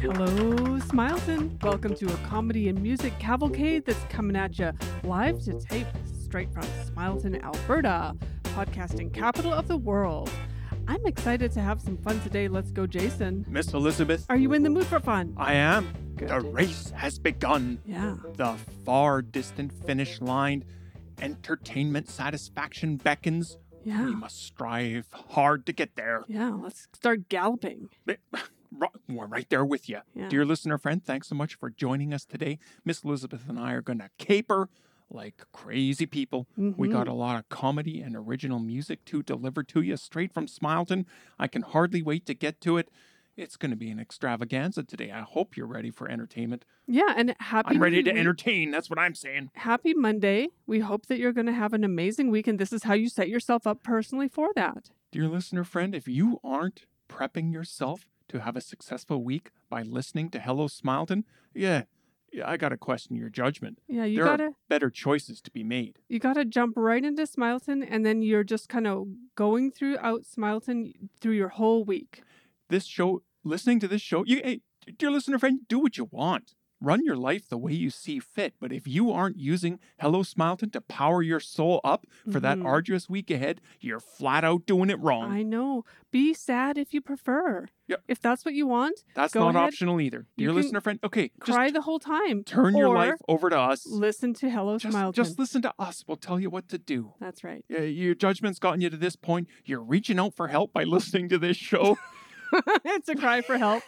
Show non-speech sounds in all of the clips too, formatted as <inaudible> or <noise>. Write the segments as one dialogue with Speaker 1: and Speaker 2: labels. Speaker 1: Hello, Smileton. Welcome to a comedy and music cavalcade that's coming at you live to tape straight from Smileton, Alberta, podcasting capital of the world. I'm excited to have some fun today. Let's go, Jason.
Speaker 2: Miss Elizabeth,
Speaker 1: Are you in the mood for fun?
Speaker 2: I am.
Speaker 1: Good.
Speaker 2: The race has begun.
Speaker 1: Yeah.
Speaker 2: The far distant finish line. Entertainment satisfaction beckons.
Speaker 1: Yeah. <gasps>
Speaker 2: We must strive hard to get there.
Speaker 1: Yeah. Let's start galloping.
Speaker 2: Ri- We're right there with you.
Speaker 1: Yeah.
Speaker 2: Dear listener friend, thanks so much for joining us today. Miss Elizabeth and I are going to caper like crazy people. We
Speaker 1: Mhm.
Speaker 2: got a lot of comedy and original music to deliver to you straight from Smileton. I can hardly wait to get to it. It's going to be an extravaganza today. I hope you're ready for entertainment.
Speaker 1: Yeah. And happy.
Speaker 2: I'm ready to
Speaker 1: week-
Speaker 2: entertain. That's what I'm saying.
Speaker 1: Happy Monday. We hope that you're going to have an amazing week. And this is how you set yourself up personally for that.
Speaker 2: Dear listener friend, if you aren't prepping yourself to have a successful week by listening to Hello Smileton, yeah, yeah I got to question your judgment.
Speaker 1: Yeah. You
Speaker 2: There
Speaker 1: got
Speaker 2: are-
Speaker 1: to.
Speaker 2: Better choices to be made.
Speaker 1: you got to jump right into Smileton and then you're just kind of going throughout Smileton through your whole week.
Speaker 2: This show, listening to this show, you, hey, dear listener friend, do what you want. Run your life the way you see fit. But if you aren't using Hello Smileton to power your soul up for that
Speaker 1: Mhm.
Speaker 2: arduous week ahead, you're flat out doing it wrong.
Speaker 1: I know. Be sad if you prefer.
Speaker 2: Yep.
Speaker 1: If that's what you want,
Speaker 2: That's
Speaker 1: go
Speaker 2: not
Speaker 1: ahead.
Speaker 2: optional either.
Speaker 1: You
Speaker 2: Dear
Speaker 1: can
Speaker 2: listener friend, okay, just
Speaker 1: cry the whole time.
Speaker 2: turn your
Speaker 1: Or-
Speaker 2: life over to us.
Speaker 1: Listen to Hello
Speaker 2: Just,
Speaker 1: Smileton.
Speaker 2: just listen to us. We'll tell you what to do.
Speaker 1: that's right. <laughs>
Speaker 2: Yeah, Your judgment's gotten you to this point. You're reaching out for help by <laughs> listening to this show.
Speaker 1: it's a cry for
Speaker 2: <laughs>
Speaker 1: help.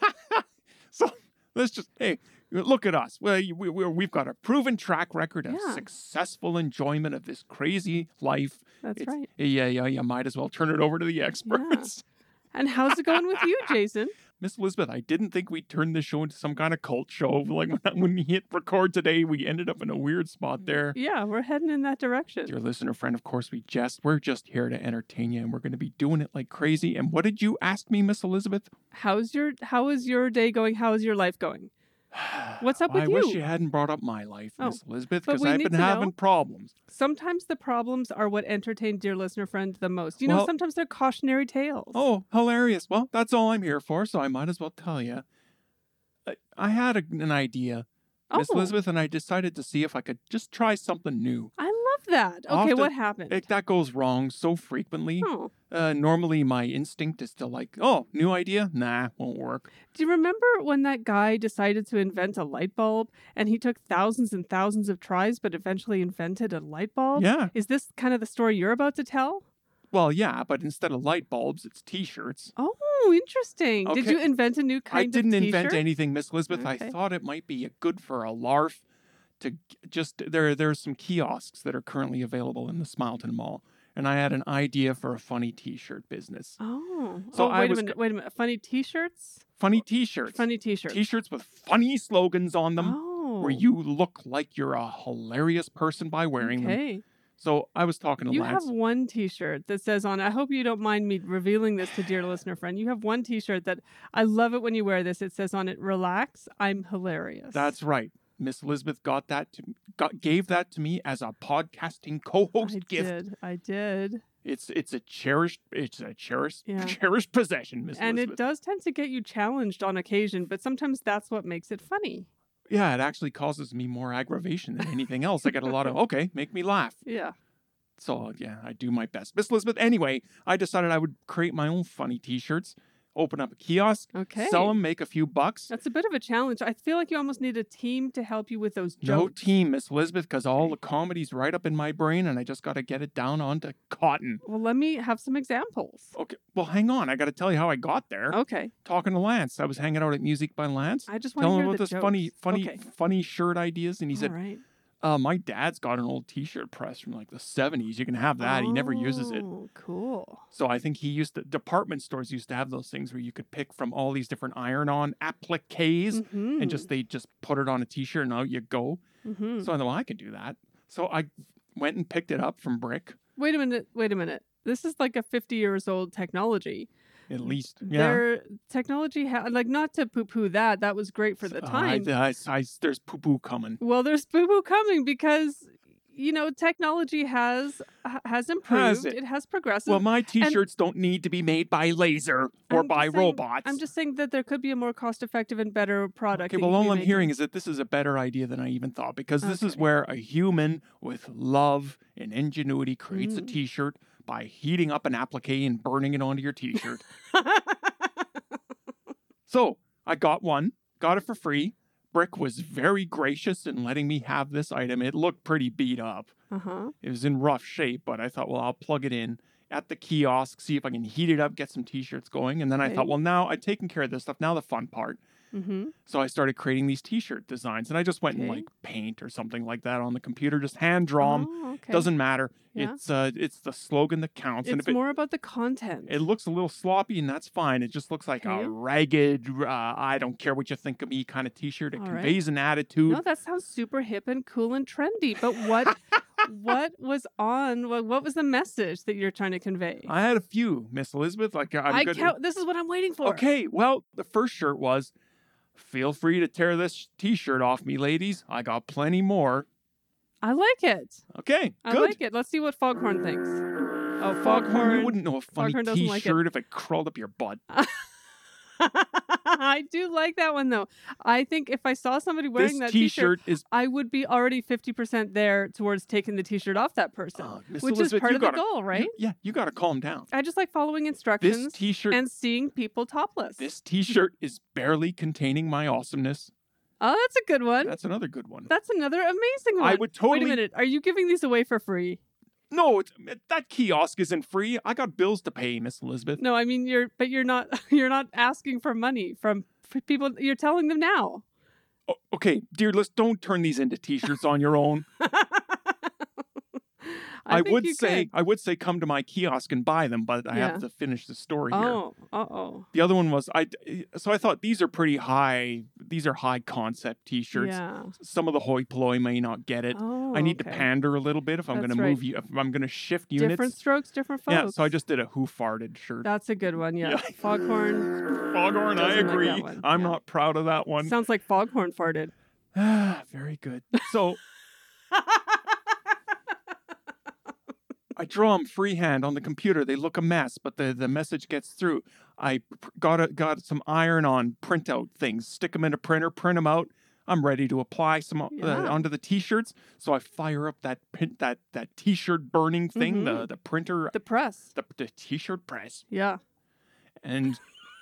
Speaker 2: Let's just, hey, look at us. Well, you- we, we, we've got a proven track record of
Speaker 1: Yeah.
Speaker 2: successful enjoyment of this crazy life.
Speaker 1: That's
Speaker 2: It's-
Speaker 1: right.
Speaker 2: Yeah, yeah, you might as well turn it over to the experts. <laughs>
Speaker 1: And how's it going with you, Jason?
Speaker 2: Miss Elizabeth, I didn't think we'd turn this show into some kind of cult show. <laughs> Like when, when we hit record today, we ended up in a weird spot there.
Speaker 1: Yeah, we're heading in that direction.
Speaker 2: Dear listener friend, of course we jest. We're just here to entertain you and we're going to be doing it like crazy. And what did you ask me, Miss Elizabeth?
Speaker 1: How's your how is your day going? How is your life
Speaker 2: <sighs>
Speaker 1: going? What's up with
Speaker 2: I
Speaker 1: you?
Speaker 2: wish you hadn't brought up my life,
Speaker 1: Oh,
Speaker 2: Miss Elizabeth,
Speaker 1: but
Speaker 2: because
Speaker 1: we
Speaker 2: I've
Speaker 1: need
Speaker 2: been
Speaker 1: to know.
Speaker 2: having problems.
Speaker 1: Sometimes the problems are what entertain dear listener friend the most. You know,
Speaker 2: Well-
Speaker 1: sometimes they're cautionary tales.
Speaker 2: Oh, hilarious. Well, that's all I'm here for, so I might as well tell you. I, I had a, an idea, Miss
Speaker 1: Oh.
Speaker 2: Elizabeth, and I decided to see if I could just try something new.
Speaker 1: I love that. Okay,
Speaker 2: Often
Speaker 1: what happened?
Speaker 2: It, that goes wrong so frequently.
Speaker 1: oh.
Speaker 2: Uh, normally, my instinct is to like, oh, new idea? Nah, won't work.
Speaker 1: Do you remember when that guy decided to invent a light bulb and he took thousands and thousands of tries but eventually invented a light bulb?
Speaker 2: Yeah.
Speaker 1: Is this kind of the story you're about to tell?
Speaker 2: Well, yeah, but instead of light bulbs, it's T-shirts.
Speaker 1: Oh, interesting. Did
Speaker 2: Okay.
Speaker 1: you invent a new
Speaker 2: I
Speaker 1: kind
Speaker 2: didn't
Speaker 1: of t-shirt?
Speaker 2: invent anything, Miss Elizabeth.
Speaker 1: Okay.
Speaker 2: I thought it might be good for a larf to g- just there. There are some kiosks that are currently available in the Smileton Mall, and I had an idea for a funny T-shirt business.
Speaker 1: Oh.
Speaker 2: So
Speaker 1: oh,
Speaker 2: I
Speaker 1: wait
Speaker 2: was
Speaker 1: a minute. Wait a minute. Funny t-shirts?
Speaker 2: Funny T-shirts.
Speaker 1: Oh, Funny t-shirts.
Speaker 2: T-shirts with funny slogans on them,
Speaker 1: oh.
Speaker 2: where you look like you're a hilarious person by wearing them.
Speaker 1: Okay.
Speaker 2: So I was talking to
Speaker 1: You
Speaker 2: Lance.
Speaker 1: have one T-shirt that says on. I hope you don't mind me revealing this to dear listener friend. You have one T-shirt that I love it when you wear this. It says on it, "Relax, I'm hilarious."
Speaker 2: That's right. Miss Elizabeth got that to, got gave that to me as a podcasting co-host
Speaker 1: I
Speaker 2: gift.
Speaker 1: did. I did,
Speaker 2: It's it's a cherished it's a cherished
Speaker 1: Yeah.
Speaker 2: <laughs> cherished possession, Miss
Speaker 1: and it
Speaker 2: Elizabeth.
Speaker 1: does tend to get you challenged on occasion, but sometimes that's what makes it funny.
Speaker 2: yeah, it actually causes me more aggravation than anything else. I get a <laughs> lot of okay, make me laugh.
Speaker 1: Yeah.
Speaker 2: So yeah, I do my best, Miss Elizabeth. Anyway, I decided I would create my own funny T-shirts, open up a kiosk,
Speaker 1: Okay.
Speaker 2: sell them, make a few bucks.
Speaker 1: That's a bit of a challenge. I feel like you almost need a team to help you with those
Speaker 2: No
Speaker 1: jokes.
Speaker 2: team, Miss Elizabeth, because all the comedy's right up in my brain, and I just got to get it down onto cotton.
Speaker 1: Well, let me have some examples.
Speaker 2: Okay, well, hang on. I got to tell you how I got there.
Speaker 1: Okay.
Speaker 2: Talking to Lance, I was hanging out at Music by Lance.
Speaker 1: I just want to
Speaker 2: Tell
Speaker 1: hear
Speaker 2: him about
Speaker 1: the
Speaker 2: this funny,
Speaker 1: jokes.
Speaker 2: funny,
Speaker 1: Okay.
Speaker 2: funny shirt ideas, and he said,
Speaker 1: All right.
Speaker 2: uh, "My dad's got an old T-shirt press from like the '70s. You can have that. He never uses it.
Speaker 1: Oh, Cool.
Speaker 2: So I think he used to, department stores used to have those things where you could pick from all these different iron-on appliques,
Speaker 1: Mhm.
Speaker 2: and just they just put it on a T-shirt, and out you go.
Speaker 1: Mhm.
Speaker 2: So I thought, well, I could do that. So I went and picked it up from Brick,
Speaker 1: Wait a minute. Wait a minute. This is like a 50 years old technology.
Speaker 2: at least. Yeah.
Speaker 1: Their technology, ha- like, not to poo poo that, that was great for the
Speaker 2: Uh,
Speaker 1: time.
Speaker 2: I, I, I, there's poo poo coming.
Speaker 1: well, there's poo poo coming because you know, technology has ha- has improved.
Speaker 2: it?
Speaker 1: has progressed.
Speaker 2: well, my T-shirts don't need to be made by laser
Speaker 1: I'm
Speaker 2: or
Speaker 1: just
Speaker 2: by
Speaker 1: saying-
Speaker 2: robots.
Speaker 1: I'm just saying that there could be a more cost-effective and better product.
Speaker 2: Okay,
Speaker 1: that you
Speaker 2: well,
Speaker 1: could
Speaker 2: all
Speaker 1: be
Speaker 2: I'm
Speaker 1: making.
Speaker 2: hearing is that this is a better idea than I even thought because this is
Speaker 1: Okay.
Speaker 2: where a human with love and ingenuity creates a
Speaker 1: Mm.
Speaker 2: t shirt by heating up an applique and burning it onto your t shirt. <laughs> so I got one, got it for free. Brick was very gracious in letting me have this item. It looked pretty beat up,
Speaker 1: <laughs> uh-huh.
Speaker 2: it was in rough shape, but I thought, well, I'll plug it in at the kiosk, see if I can heat it up, get some t shirts going. And then I
Speaker 1: Okay.
Speaker 2: thought, well, now I've taken care of this stuff. Now the fun part.
Speaker 1: Mm-hmm.
Speaker 2: So I started creating these T-shirt designs, and I just went and
Speaker 1: Okay.
Speaker 2: like paint or something like that on the computer, just hand draw 'em.
Speaker 1: Oh, okay.
Speaker 2: Doesn't matter.
Speaker 1: Yeah.
Speaker 2: It's uh, it's the slogan that counts, and
Speaker 1: It's
Speaker 2: if it,
Speaker 1: more about the content.
Speaker 2: it looks a little sloppy, and that's fine. It just looks like
Speaker 1: Okay.
Speaker 2: a ragged, uh, I don't care what you think of me kind of T-shirt. It
Speaker 1: All right.
Speaker 2: conveys an attitude.
Speaker 1: No, that sounds super hip and cool and trendy. But
Speaker 2: <laughs>
Speaker 1: what what was on? What, what was the message that you're trying to convey?
Speaker 2: I had a few, Miss Elizabeth. Like uh, I'm
Speaker 1: I
Speaker 2: good.
Speaker 1: count. This is what I'm waiting for.
Speaker 2: Okay, well, the first shirt was, feel free to tear this T-shirt off me, ladies. I got plenty more.
Speaker 1: I like it.
Speaker 2: Okay,
Speaker 1: I
Speaker 2: good.
Speaker 1: like it. Let's see what Foghorn thinks. Oh,
Speaker 2: Foghorn, you
Speaker 1: Foghorn. <laughs>
Speaker 2: wouldn't know a funny
Speaker 1: Foghorn doesn't like it.
Speaker 2: T-shirt if it crawled up your butt.
Speaker 1: I do like that one though. I think if I saw somebody wearing
Speaker 2: this
Speaker 1: that
Speaker 2: T-shirt is
Speaker 1: I would be already 50% there towards taking the T-shirt off that person,
Speaker 2: uh, Miss
Speaker 1: which
Speaker 2: Elizabeth,
Speaker 1: is part
Speaker 2: you
Speaker 1: of the
Speaker 2: gotta-
Speaker 1: goal, right?
Speaker 2: You, yeah, you got to calm down.
Speaker 1: I just like following
Speaker 2: This
Speaker 1: instructions
Speaker 2: T-shirt,
Speaker 1: and seeing people topless.
Speaker 2: this T-shirt is barely containing my awesomeness.
Speaker 1: oh, that's a good one.
Speaker 2: That's another good one.
Speaker 1: That's another amazing one.
Speaker 2: I would totally
Speaker 1: Wait a minute. Are you giving these away for free?
Speaker 2: no. It's, that kiosk isn't free. I got bills to pay, Miss Elizabeth.
Speaker 1: No, I mean you're but you're not <laughs> you're not asking for money from f- people you're telling them now.
Speaker 2: O- okay, dear, let's don't turn these into T-shirts on your
Speaker 1: <laughs>
Speaker 2: own. I,
Speaker 1: think
Speaker 2: would
Speaker 1: you
Speaker 2: say
Speaker 1: could.
Speaker 2: I would say come to my kiosk and buy them, but I
Speaker 1: Yeah.
Speaker 2: have to finish the story here.
Speaker 1: Oh, uh-oh.
Speaker 2: The other one was I. So I thought these are pretty high. These are high concept T-shirts.
Speaker 1: Yeah.
Speaker 2: Some of the hoi polloi may not get it.
Speaker 1: Oh,
Speaker 2: I need to
Speaker 1: okay.
Speaker 2: pander a little bit if I'm
Speaker 1: That's
Speaker 2: going to
Speaker 1: right.
Speaker 2: move you. If I'm going to shift units.
Speaker 1: Different strokes, different folks.
Speaker 2: Yeah. So I just did a who farted
Speaker 1: <laughs>
Speaker 2: shirt.
Speaker 1: That's a good one, yeah.
Speaker 2: <laughs> Yeah.
Speaker 1: Foghorn
Speaker 2: Foghorn, I
Speaker 1: Doesn't like
Speaker 2: agree.
Speaker 1: that one.
Speaker 2: I'm
Speaker 1: Yeah.
Speaker 2: not proud of that one.
Speaker 1: sounds like foghorn farted.
Speaker 2: Ah, Very good. So
Speaker 1: <laughs>
Speaker 2: I draw them freehand on the computer. They look a mess, but the, the message gets through. I pr- got a, got some iron on printout things. Stick them in a printer, print them out. I'm ready to apply some uh,
Speaker 1: Yeah.
Speaker 2: onto the t-shirts. So I fire up that print that that t-shirt burning thing,
Speaker 1: Mm-hmm.
Speaker 2: the the printer,
Speaker 1: the press.
Speaker 2: the, the t-shirt press,
Speaker 1: Yeah. <laughs>
Speaker 2: and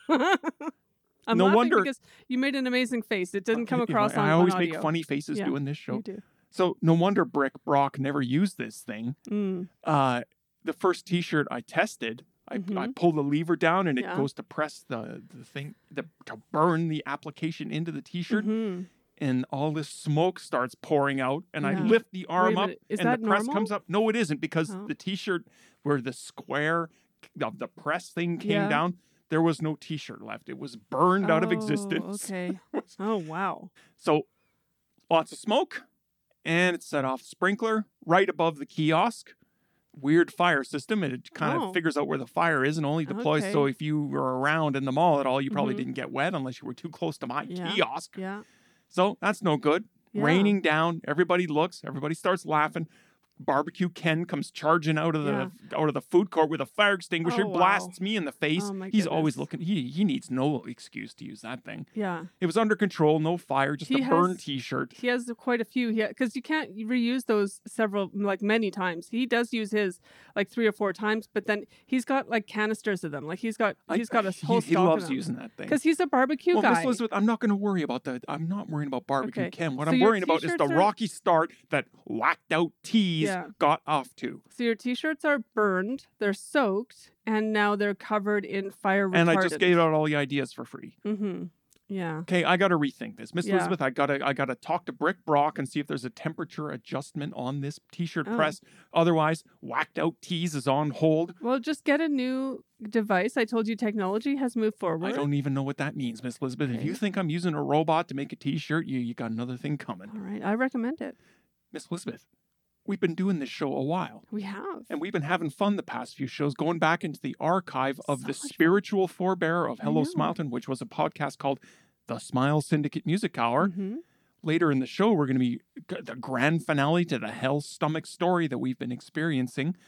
Speaker 1: I'm
Speaker 2: No
Speaker 1: laughing
Speaker 2: wonder-
Speaker 1: because you made an amazing face. It <laughs> didn't come
Speaker 2: You know,
Speaker 1: across on
Speaker 2: I always
Speaker 1: on
Speaker 2: make
Speaker 1: audio.
Speaker 2: funny faces
Speaker 1: Yeah. Mm-hmm.
Speaker 2: doing this show.
Speaker 1: You do.
Speaker 2: So no wonder Brick Brock never used this thing.
Speaker 1: Mm.
Speaker 2: Uh, the first T-shirt I tested, I, I
Speaker 1: Mhm.
Speaker 2: pull the lever down and it
Speaker 1: Yeah.
Speaker 2: goes to press the the thing the, to burn the application into the T-shirt,
Speaker 1: Mhm.
Speaker 2: and all this smoke starts pouring out. And
Speaker 1: Yeah.
Speaker 2: I lift the
Speaker 1: Wait
Speaker 2: arm
Speaker 1: a
Speaker 2: up,
Speaker 1: minute, Is
Speaker 2: and
Speaker 1: that
Speaker 2: the press
Speaker 1: normal?
Speaker 2: comes up. No, it isn't because
Speaker 1: Oh.
Speaker 2: the T-shirt where the square of the press thing came
Speaker 1: Yeah.
Speaker 2: down, there was no T-shirt left. It was burned out of
Speaker 1: Oh,
Speaker 2: existence. <laughs>
Speaker 1: Okay. Oh wow.
Speaker 2: So lots of smoke, and it set off sprinkler right above the kiosk. Weird fire system, and it kind
Speaker 1: Oh.
Speaker 2: of figures out where the fire is and only deploys. So
Speaker 1: Okay.
Speaker 2: if you were around in the mall at all, you probably
Speaker 1: Mhm.
Speaker 2: didn't get wet unless you were too close to my
Speaker 1: Yeah.
Speaker 2: kiosk.
Speaker 1: Yeah.
Speaker 2: So that's no good.
Speaker 1: yeah.
Speaker 2: Raining down, everybody looks, everybody starts laughing. Barbecue Ken comes charging out of the out of the food court with a fire extinguisher,
Speaker 1: Oh, wow. Oh,
Speaker 2: blasts me in the face.
Speaker 1: my
Speaker 2: He's always
Speaker 1: goodness.
Speaker 2: looking. He he needs no excuse to use that thing.
Speaker 1: Yeah.
Speaker 2: It was under control, no fire, just
Speaker 1: He
Speaker 2: a burned
Speaker 1: has-
Speaker 2: T-shirt.
Speaker 1: He has quite a few. Yeah, because you can't reuse those several like many times. He does use his like three or four times, but then he's got like canisters of them. Like he's got
Speaker 2: I-
Speaker 1: he's got a
Speaker 2: <laughs> he-
Speaker 1: whole
Speaker 2: He
Speaker 1: stock
Speaker 2: loves
Speaker 1: of them.
Speaker 2: using that thing.
Speaker 1: Because he's a barbecue
Speaker 2: well,
Speaker 1: guy.
Speaker 2: Miss Elizabeth, I'm not going to worry about that. I'm not worrying about barbecue
Speaker 1: Okay.
Speaker 2: Ken. What
Speaker 1: So
Speaker 2: I'm
Speaker 1: your
Speaker 2: worrying about is the
Speaker 1: t-shirts are-
Speaker 2: rocky start that whacked out tees
Speaker 1: Yeah.
Speaker 2: got off to.
Speaker 1: So your t-shirts are burned, they're soaked, and now they're covered in fire retardant.
Speaker 2: And I just gave out all the ideas for free.
Speaker 1: Mm-hmm. Yeah.
Speaker 2: Okay, I got to rethink this, Miss
Speaker 1: Yeah.
Speaker 2: Elizabeth. I got to I got to talk to Brick Brock and see if there's a temperature adjustment on this T-shirt
Speaker 1: Oh.
Speaker 2: press. Otherwise, whacked out tees is on hold.
Speaker 1: Well, just get a new device. I told you technology has moved forward.
Speaker 2: I don't even know what that means, Miss Elizabeth. If
Speaker 1: Okay.
Speaker 2: you think I'm using a robot to make a T-shirt, you you got another thing coming,
Speaker 1: All right, I recommend it.
Speaker 2: Miss Elizabeth. We've been doing this show a while.
Speaker 1: We have.
Speaker 2: And we've been having fun the past few shows, going back into the archive of
Speaker 1: So
Speaker 2: the
Speaker 1: much fun.
Speaker 2: spiritual forebearer of
Speaker 1: I
Speaker 2: Hello
Speaker 1: know.
Speaker 2: Smileton, which was a podcast called The Smile Syndicate Music Hour.
Speaker 1: Mhm.
Speaker 2: later in the show, we're going to be the grand finale to the hell stomach story that we've been experiencing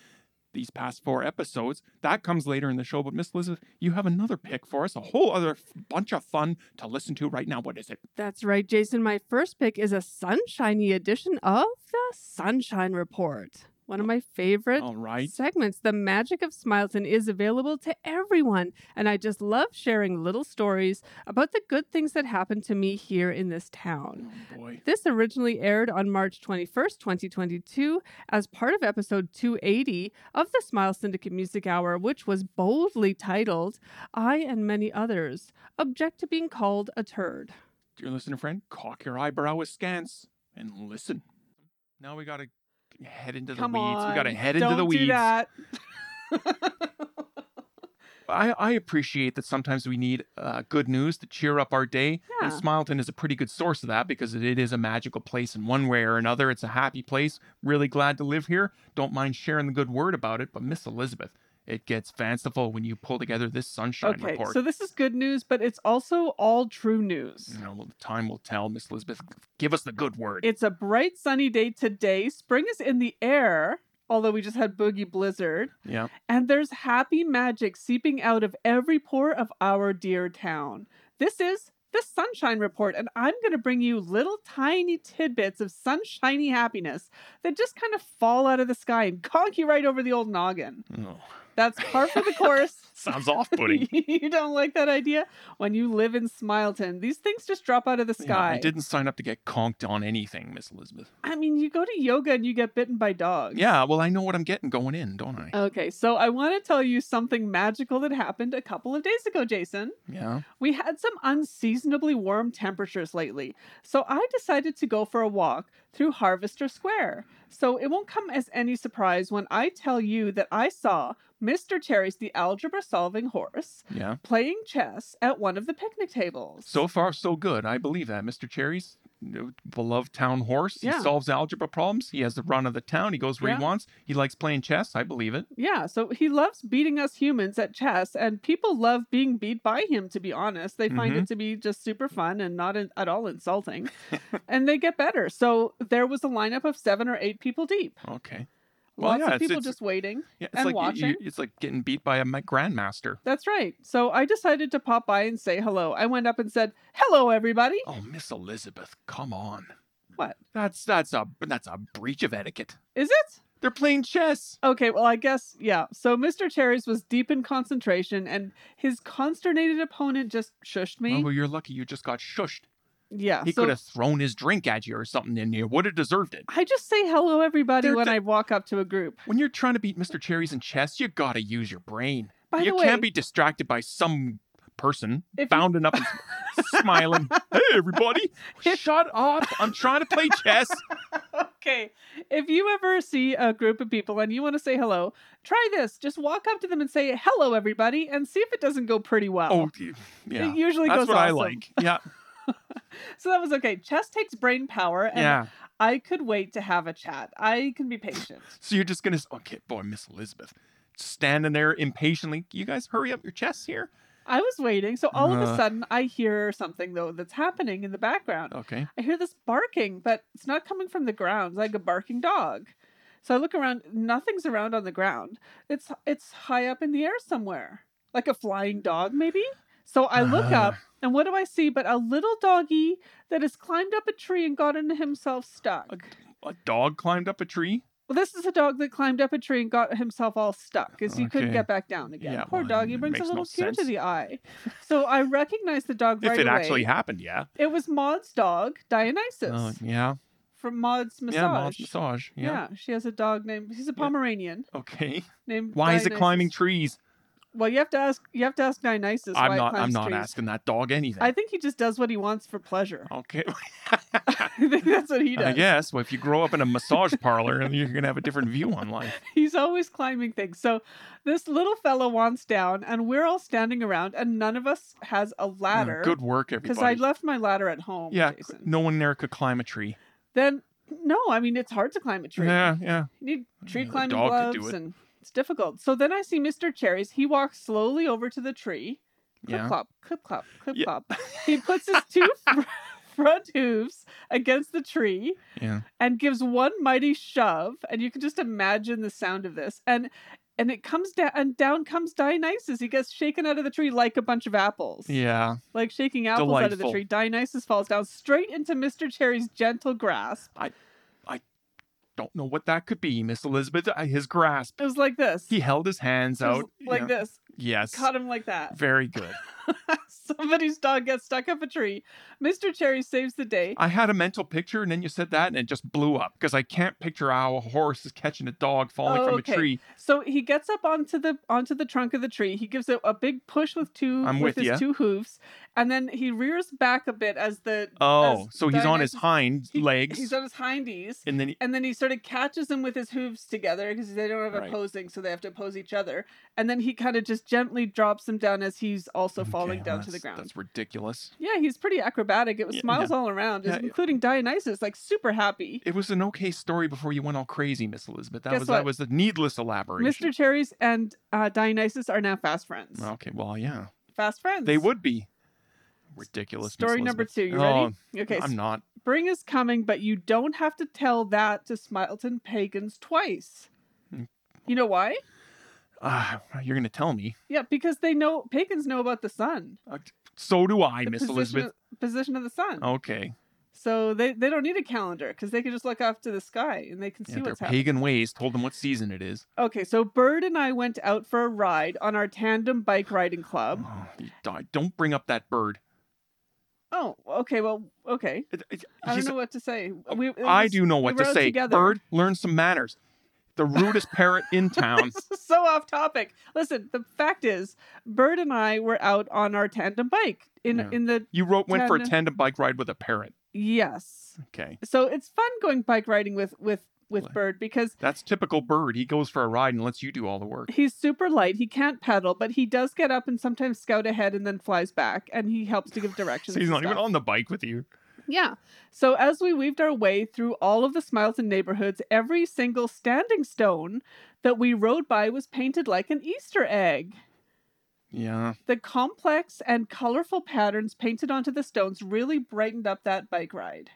Speaker 2: these past four episodes. That comes later in the show. But Miss Elizabeth, you have another pick for us, a whole other f- bunch of fun to listen to right now. What is it?
Speaker 1: That's right, Jason. My first pick is a sunshiny edition of the Sunshine Report. One of my favorite
Speaker 2: All right.
Speaker 1: segments. The magic of Smileton is available to everyone, and I just love sharing little stories about the good things that happened to me here in this town.
Speaker 2: Oh boy.
Speaker 1: This originally aired on March 21st, 2022, as part of episode 280 of the Smile Syndicate Music Hour, which was boldly titled, I and Many Others Object to Being Called a Turd.
Speaker 2: Dear listener friend, cock your eyebrow askance and listen. Now we got to head into the
Speaker 1: Come
Speaker 2: weeds.
Speaker 1: on.
Speaker 2: We got to head
Speaker 1: Don't
Speaker 2: into the weeds.
Speaker 1: Do that.
Speaker 2: I, I appreciate that sometimes we need uh, good news to cheer up our day. And
Speaker 1: Yeah.
Speaker 2: Smileton is a pretty good source of that because it, it is a magical place in one way or another. It's a happy place. Really glad to live here. Don't mind sharing the good word about it. But Miss Elizabeth, it gets fanciful when you pull together this sunshine
Speaker 1: okay,
Speaker 2: report.
Speaker 1: so this is good news, but it's also all true news.
Speaker 2: you know, well, time will tell. Miss Elizabeth, give us the good word.
Speaker 1: It's a bright sunny day today. Spring is in the air, although we just had Boogie Blizzard. <laughs>
Speaker 2: yeah.
Speaker 1: And there's happy magic seeping out of every pore of our dear town. This is the Sunshine Report, and I'm going to bring you little tiny tidbits of sunshiny happiness that just kind of fall out of the sky and <laughs> conk you right over the old noggin.
Speaker 2: Oh,
Speaker 1: That's par
Speaker 2: <laughs>
Speaker 1: for the course.
Speaker 2: sounds off putting.
Speaker 1: <laughs> you don't like that idea? When you live in Smileton, these things just drop out of the sky.
Speaker 2: I didn't sign up to get conked on anything, Miss Elizabeth.
Speaker 1: I mean, you go to yoga and you get bitten by dogs.
Speaker 2: Yeah, well, I know what I'm getting going in, don't I?
Speaker 1: Okay, so I want to tell you something magical that happened a couple of days ago, Jason.
Speaker 2: Yeah.
Speaker 1: We had some unseasonably warm temperatures lately, so I decided to go for a walk through Harvester Square. So it won't come as any surprise when I tell you that I saw Mr. Terry's the algebra solving horse
Speaker 2: Yeah.
Speaker 1: playing chess at one of the picnic tables.
Speaker 2: So far, so good. I believe that. Mr. Cherry's uh, beloved town horse.
Speaker 1: Yeah.
Speaker 2: He solves algebra problems. He has the run of the town. He goes where
Speaker 1: Yeah.
Speaker 2: he wants. He likes playing chess. I believe it.
Speaker 1: yeah, so he loves beating us humans at chess, and people love being beat by him, to be honest. They
Speaker 2: Mm-hmm.
Speaker 1: find it to be just super fun and not in, at all
Speaker 2: <laughs>
Speaker 1: insulting, and they get better. So there was a lineup of seven or eight people deep.
Speaker 2: Okay. Well,
Speaker 1: Lots
Speaker 2: yeah,
Speaker 1: of
Speaker 2: it's-
Speaker 1: people
Speaker 2: it's-
Speaker 1: just waiting.
Speaker 2: Yeah, it's
Speaker 1: And
Speaker 2: like you- you-
Speaker 1: watching.
Speaker 2: it's like getting beat by a ma- grandmaster.
Speaker 1: That's right. So I decided to pop by and say hello. I went up and said, "Hello, everybody."
Speaker 2: Oh, Miss Elizabeth, come on.
Speaker 1: What
Speaker 2: That's that's a that's a breach of etiquette.
Speaker 1: is it?
Speaker 2: They're playing chess.
Speaker 1: Okay, well, I guess yeah. So Mr. Terry's was deep in concentration, and his consternated opponent just shushed me.
Speaker 2: Oh, well, you're lucky you just got shushed.
Speaker 1: yeah.
Speaker 2: He
Speaker 1: so
Speaker 2: could have thrown his drink at you or something, and you would have deserved it.
Speaker 1: I just say hello, everybody,
Speaker 2: They're
Speaker 1: when
Speaker 2: d-
Speaker 1: I walk up to a group.
Speaker 2: When you're trying to beat Mr. Cherries in chess, you gotta use your brain.
Speaker 1: By
Speaker 2: you
Speaker 1: the way,
Speaker 2: can't be distracted by some person
Speaker 1: If you-
Speaker 2: bounding up
Speaker 1: <laughs>
Speaker 2: and s- smiling. Hey, everybody! Shut up! I'm trying to play
Speaker 1: <laughs>
Speaker 2: chess.
Speaker 1: okay. If you ever see a group of people and you want to say hello, try this. Just walk up to them and say hello, everybody, and see if it doesn't go pretty well.
Speaker 2: Oh, y- yeah.
Speaker 1: It usually
Speaker 2: That's
Speaker 1: goes
Speaker 2: what I
Speaker 1: awesome.
Speaker 2: like. Yeah,
Speaker 1: So that was okay. Chess takes brain power, <laughs> and
Speaker 2: yeah.
Speaker 1: I could wait to have a chat. I can be patient.
Speaker 2: So you're just gonna s- okay, boy, Miss Elizabeth, standing there impatiently. You guys, hurry up your chess here.
Speaker 1: I was waiting. So all of a
Speaker 2: Uh.
Speaker 1: sudden, I hear something, though, that's happening in the background.
Speaker 2: Okay.
Speaker 1: I hear this barking, but it's not coming from the ground, it's like a barking dog. So I look around, nothing's around on the ground. It's it's high up in the air somewhere. Like a flying dog maybe. So I look
Speaker 2: Ah.
Speaker 1: up and what do I see but a little doggy that has climbed up a tree and gotten himself stuck.
Speaker 2: A- A dog climbed up a tree.
Speaker 1: Well, this is a dog that climbed up a tree and got himself all stuck because he couldn't
Speaker 2: Okay.
Speaker 1: get back down again.
Speaker 2: Yeah,
Speaker 1: Poor
Speaker 2: well,
Speaker 1: doggy
Speaker 2: it
Speaker 1: brings a
Speaker 2: makes no
Speaker 1: little tear to
Speaker 2: sense.
Speaker 1: the eye. So I recognized the dog right
Speaker 2: if it
Speaker 1: away.
Speaker 2: actually happened, yeah.
Speaker 1: It was Maud's dog, Dionysus,
Speaker 2: Oh, yeah.
Speaker 1: from Maud's Massage.
Speaker 2: Yeah. Massage. Massage. Yeah.
Speaker 1: Yeah. she has a dog named. He's a Pomeranian
Speaker 2: Okay.
Speaker 1: named.
Speaker 2: Why is it
Speaker 1: Dionysus.
Speaker 2: climbing trees?
Speaker 1: Well, you have to ask. You have to ask Dionysus. why
Speaker 2: I'm
Speaker 1: it
Speaker 2: not. I'm
Speaker 1: climbs
Speaker 2: not
Speaker 1: trees.
Speaker 2: asking that Oh. dog anything.
Speaker 1: I think he just does what he wants for pleasure.
Speaker 2: Okay.
Speaker 1: <laughs> I think that's what he
Speaker 2: <laughs> I
Speaker 1: does.
Speaker 2: guess. Well, if you grow up in a massage parlor, then you're gonna have a different view on life.
Speaker 1: He's always climbing things. So this little fellow wants down, and we're all standing around, and none of us has a
Speaker 2: Yeah,
Speaker 1: <laughs> ladder
Speaker 2: Mm, Good work, everybody.
Speaker 1: because I left my ladder at home.
Speaker 2: yeah, c-
Speaker 1: Jason.
Speaker 2: no one there could climb a tree.
Speaker 1: Then no, I mean it's hard to climb a tree.
Speaker 2: Yeah, yeah.
Speaker 1: You need tree
Speaker 2: Yeah, the
Speaker 1: climbing
Speaker 2: dog could do
Speaker 1: gloves,
Speaker 2: it.
Speaker 1: and it's difficult. So then I see Mr. Cherries. He walks slowly over to the tree. Clip
Speaker 2: Yeah.
Speaker 1: clop, <laughs> clip clop, clip
Speaker 2: Yeah. <laughs>
Speaker 1: clop. He puts his two fr- front hooves against the tree
Speaker 2: Yeah.
Speaker 1: and gives one mighty shove and you can just imagine the sound of this and and it comes down and down comes dionysus he gets shaken out of the tree like a bunch of apples
Speaker 2: Yeah.
Speaker 1: like shaking apples out of the
Speaker 2: Delightful.
Speaker 1: tree dionysus falls down straight into mr cherry's gentle grasp
Speaker 2: Don't know what that could be, Miss Elizabeth. I, his grasp.
Speaker 1: it was like this
Speaker 2: He held his hands
Speaker 1: It was
Speaker 2: out.
Speaker 1: like
Speaker 2: yeah.
Speaker 1: this
Speaker 2: Yes.
Speaker 1: caught him like that <laughs>
Speaker 2: Very good.
Speaker 1: somebody's dog gets stuck up a tree mr cherry saves the day
Speaker 2: I had a mental picture, and then you said that, and it just blew up because I can't picture how a horse is catching a dog falling
Speaker 1: Oh,
Speaker 2: from
Speaker 1: okay.
Speaker 2: a tree.
Speaker 1: So he gets up onto the onto the trunk of the tree. He gives it a big push with 2
Speaker 2: I'm with
Speaker 1: his
Speaker 2: ya.
Speaker 1: two hooves, and then he rears back a bit as the
Speaker 2: Oh,
Speaker 1: as
Speaker 2: so he's on his
Speaker 1: Dionysus-
Speaker 2: hind
Speaker 1: he-
Speaker 2: legs,
Speaker 1: he's on his hindies,
Speaker 2: and then he,
Speaker 1: and then he sort of catches them with his hooves together because they don't have
Speaker 2: Right.
Speaker 1: opposing, so they have to oppose each other. And then he kind of just gently drops them down as he's also falling
Speaker 2: Okay,
Speaker 1: down
Speaker 2: well,
Speaker 1: to the
Speaker 2: that's-
Speaker 1: ground.
Speaker 2: That's ridiculous.
Speaker 1: Yeah, he's pretty acrobatic. It was
Speaker 2: Yeah,
Speaker 1: smiles all around,
Speaker 2: Yeah, yeah.
Speaker 1: including Dionysus, like super happy.
Speaker 2: It was an okay story before you went all crazy, Miss Elizabeth. That
Speaker 1: Guess
Speaker 2: was
Speaker 1: what?
Speaker 2: that was a needless elaboration.
Speaker 1: Mr. Cherries and uh, Dionysus are now fast friends.
Speaker 2: Okay, well, yeah,
Speaker 1: Fast friends.
Speaker 2: they would be ridiculous. Miss
Speaker 1: Story number
Speaker 2: Elizabeth.
Speaker 1: two. You
Speaker 2: Oh,
Speaker 1: ready? Okay.
Speaker 2: I'm not.
Speaker 1: Spring is coming, but you don't have to tell that to Smileton pagans twice.
Speaker 2: Mm.
Speaker 1: You know why?
Speaker 2: Ah, you're gonna tell me.
Speaker 1: Yeah, because they know pagans know about the sun,
Speaker 2: Uh, So do I,
Speaker 1: the
Speaker 2: Miss
Speaker 1: position
Speaker 2: Elizabeth. Oh.
Speaker 1: of, position of the sun.
Speaker 2: Okay,
Speaker 1: So they they don't need a calendar because they can just look up to the sky and they can see
Speaker 2: yeah, their
Speaker 1: what's happening.
Speaker 2: pagan ways told them what season it is.
Speaker 1: Okay, so Bird and I went out for a ride on our tandem bike riding club.
Speaker 2: Oh, you die. Don't bring up that bird.
Speaker 1: Oh, okay. Well, okay.
Speaker 2: It- it-
Speaker 1: I
Speaker 2: he's-
Speaker 1: don't know what to say. We, it
Speaker 2: I
Speaker 1: was-
Speaker 2: do know
Speaker 1: we
Speaker 2: what to
Speaker 1: rode
Speaker 2: say.
Speaker 1: together.
Speaker 2: Bird, learn some manners. The rudest parrot
Speaker 1: <laughs>
Speaker 2: in town.
Speaker 1: this is so off topic. Listen, the fact is, Bird and I were out on our tandem bike in
Speaker 2: Yeah.
Speaker 1: in the
Speaker 2: You wrote went for a
Speaker 1: Ten-
Speaker 2: tandem bike ride with a parrot.
Speaker 1: yes.
Speaker 2: Okay.
Speaker 1: So it's fun going bike riding with with with
Speaker 2: Right.
Speaker 1: Bird because
Speaker 2: That's typical bird. He goes for a ride and lets you do all
Speaker 1: <laughs>
Speaker 2: the work.
Speaker 1: he's super light. He can't pedal, but he does get up and sometimes scout ahead and then flies back, and he helps to give directions.
Speaker 2: So he's
Speaker 1: and
Speaker 2: not even
Speaker 1: stuff.
Speaker 2: on the bike with you.
Speaker 1: Yeah. So as we weaved our way through all of the Smileton neighborhoods, every single standing stone that we rode by was painted like an Easter egg.
Speaker 2: Yeah.
Speaker 1: The complex and colorful patterns painted onto the stones really brightened up that bike ride.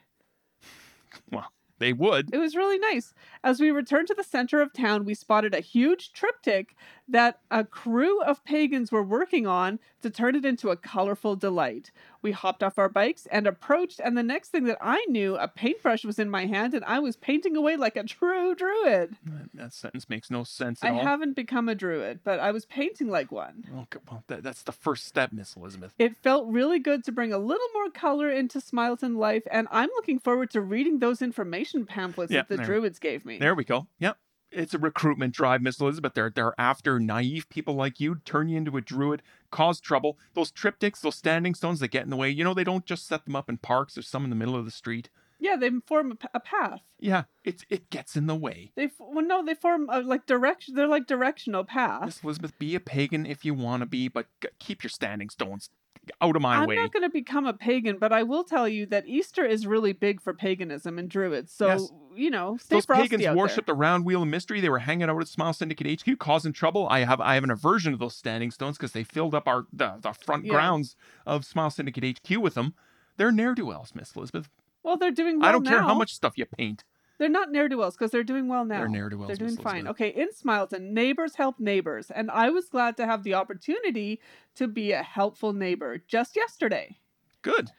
Speaker 2: They would.
Speaker 1: It was really nice. As we returned to the center of town, we spotted a huge triptych that a crew of pagans were working on to turn it into a colorful delight. We hopped off our bikes and approached, and the next thing that I knew, a paintbrush was in my hand and I was painting away like a true druid.
Speaker 2: That sentence makes no sense
Speaker 1: I
Speaker 2: at all.
Speaker 1: haven't become a druid, but I was painting like one.
Speaker 2: Okay, well, that, that's the first step, Miss Elizabeth.
Speaker 1: It felt really good to bring a little more color into Smileton life, and I'm looking forward to reading those information pamphlets
Speaker 2: Yeah,
Speaker 1: that the
Speaker 2: there.
Speaker 1: Druids gave me.
Speaker 2: There we go. Yep. It's a recruitment drive, Miss Elizabeth. They're, they're after naive people like you, turn you into a druid, cause trouble. Those triptychs, those standing stones that get in the way, you know, they don't just set them up in parks or some in the middle of the street.
Speaker 1: Yeah, they form a, p- a path.
Speaker 2: Yeah, it, it gets in the way.
Speaker 1: They f- well, no, they form a, like direction. They're like directional paths.
Speaker 2: Miss Elizabeth, be a pagan if you want to be, but g- keep your standing stones out of my
Speaker 1: I'm
Speaker 2: way.
Speaker 1: not going to become a pagan, but I will tell you that Easter is really big for paganism and Druids. So
Speaker 2: Yes.
Speaker 1: you know, stay
Speaker 2: Those
Speaker 1: frosty
Speaker 2: pagans
Speaker 1: out
Speaker 2: worshipped the round wheel of mystery. They were hanging out at Smile Syndicate HQ, causing trouble. I have I have an aversion to those standing stones because they filled up our the, the front
Speaker 1: Yeah.
Speaker 2: grounds of Smile Syndicate HQ with them. They're ne'er do wells, Miss Elizabeth.
Speaker 1: There. Well, they're doing well
Speaker 2: I don't care how
Speaker 1: now.
Speaker 2: much stuff you paint.
Speaker 1: They're not ne'er do wells because they're doing well now.
Speaker 2: They're ne'er do wells.
Speaker 1: They're doing
Speaker 2: Miss
Speaker 1: fine.
Speaker 2: Elizabeth.
Speaker 1: Okay, in Smileton, neighbors help neighbors, and I was glad to have the opportunity to be a helpful neighbor just yesterday.
Speaker 2: Good.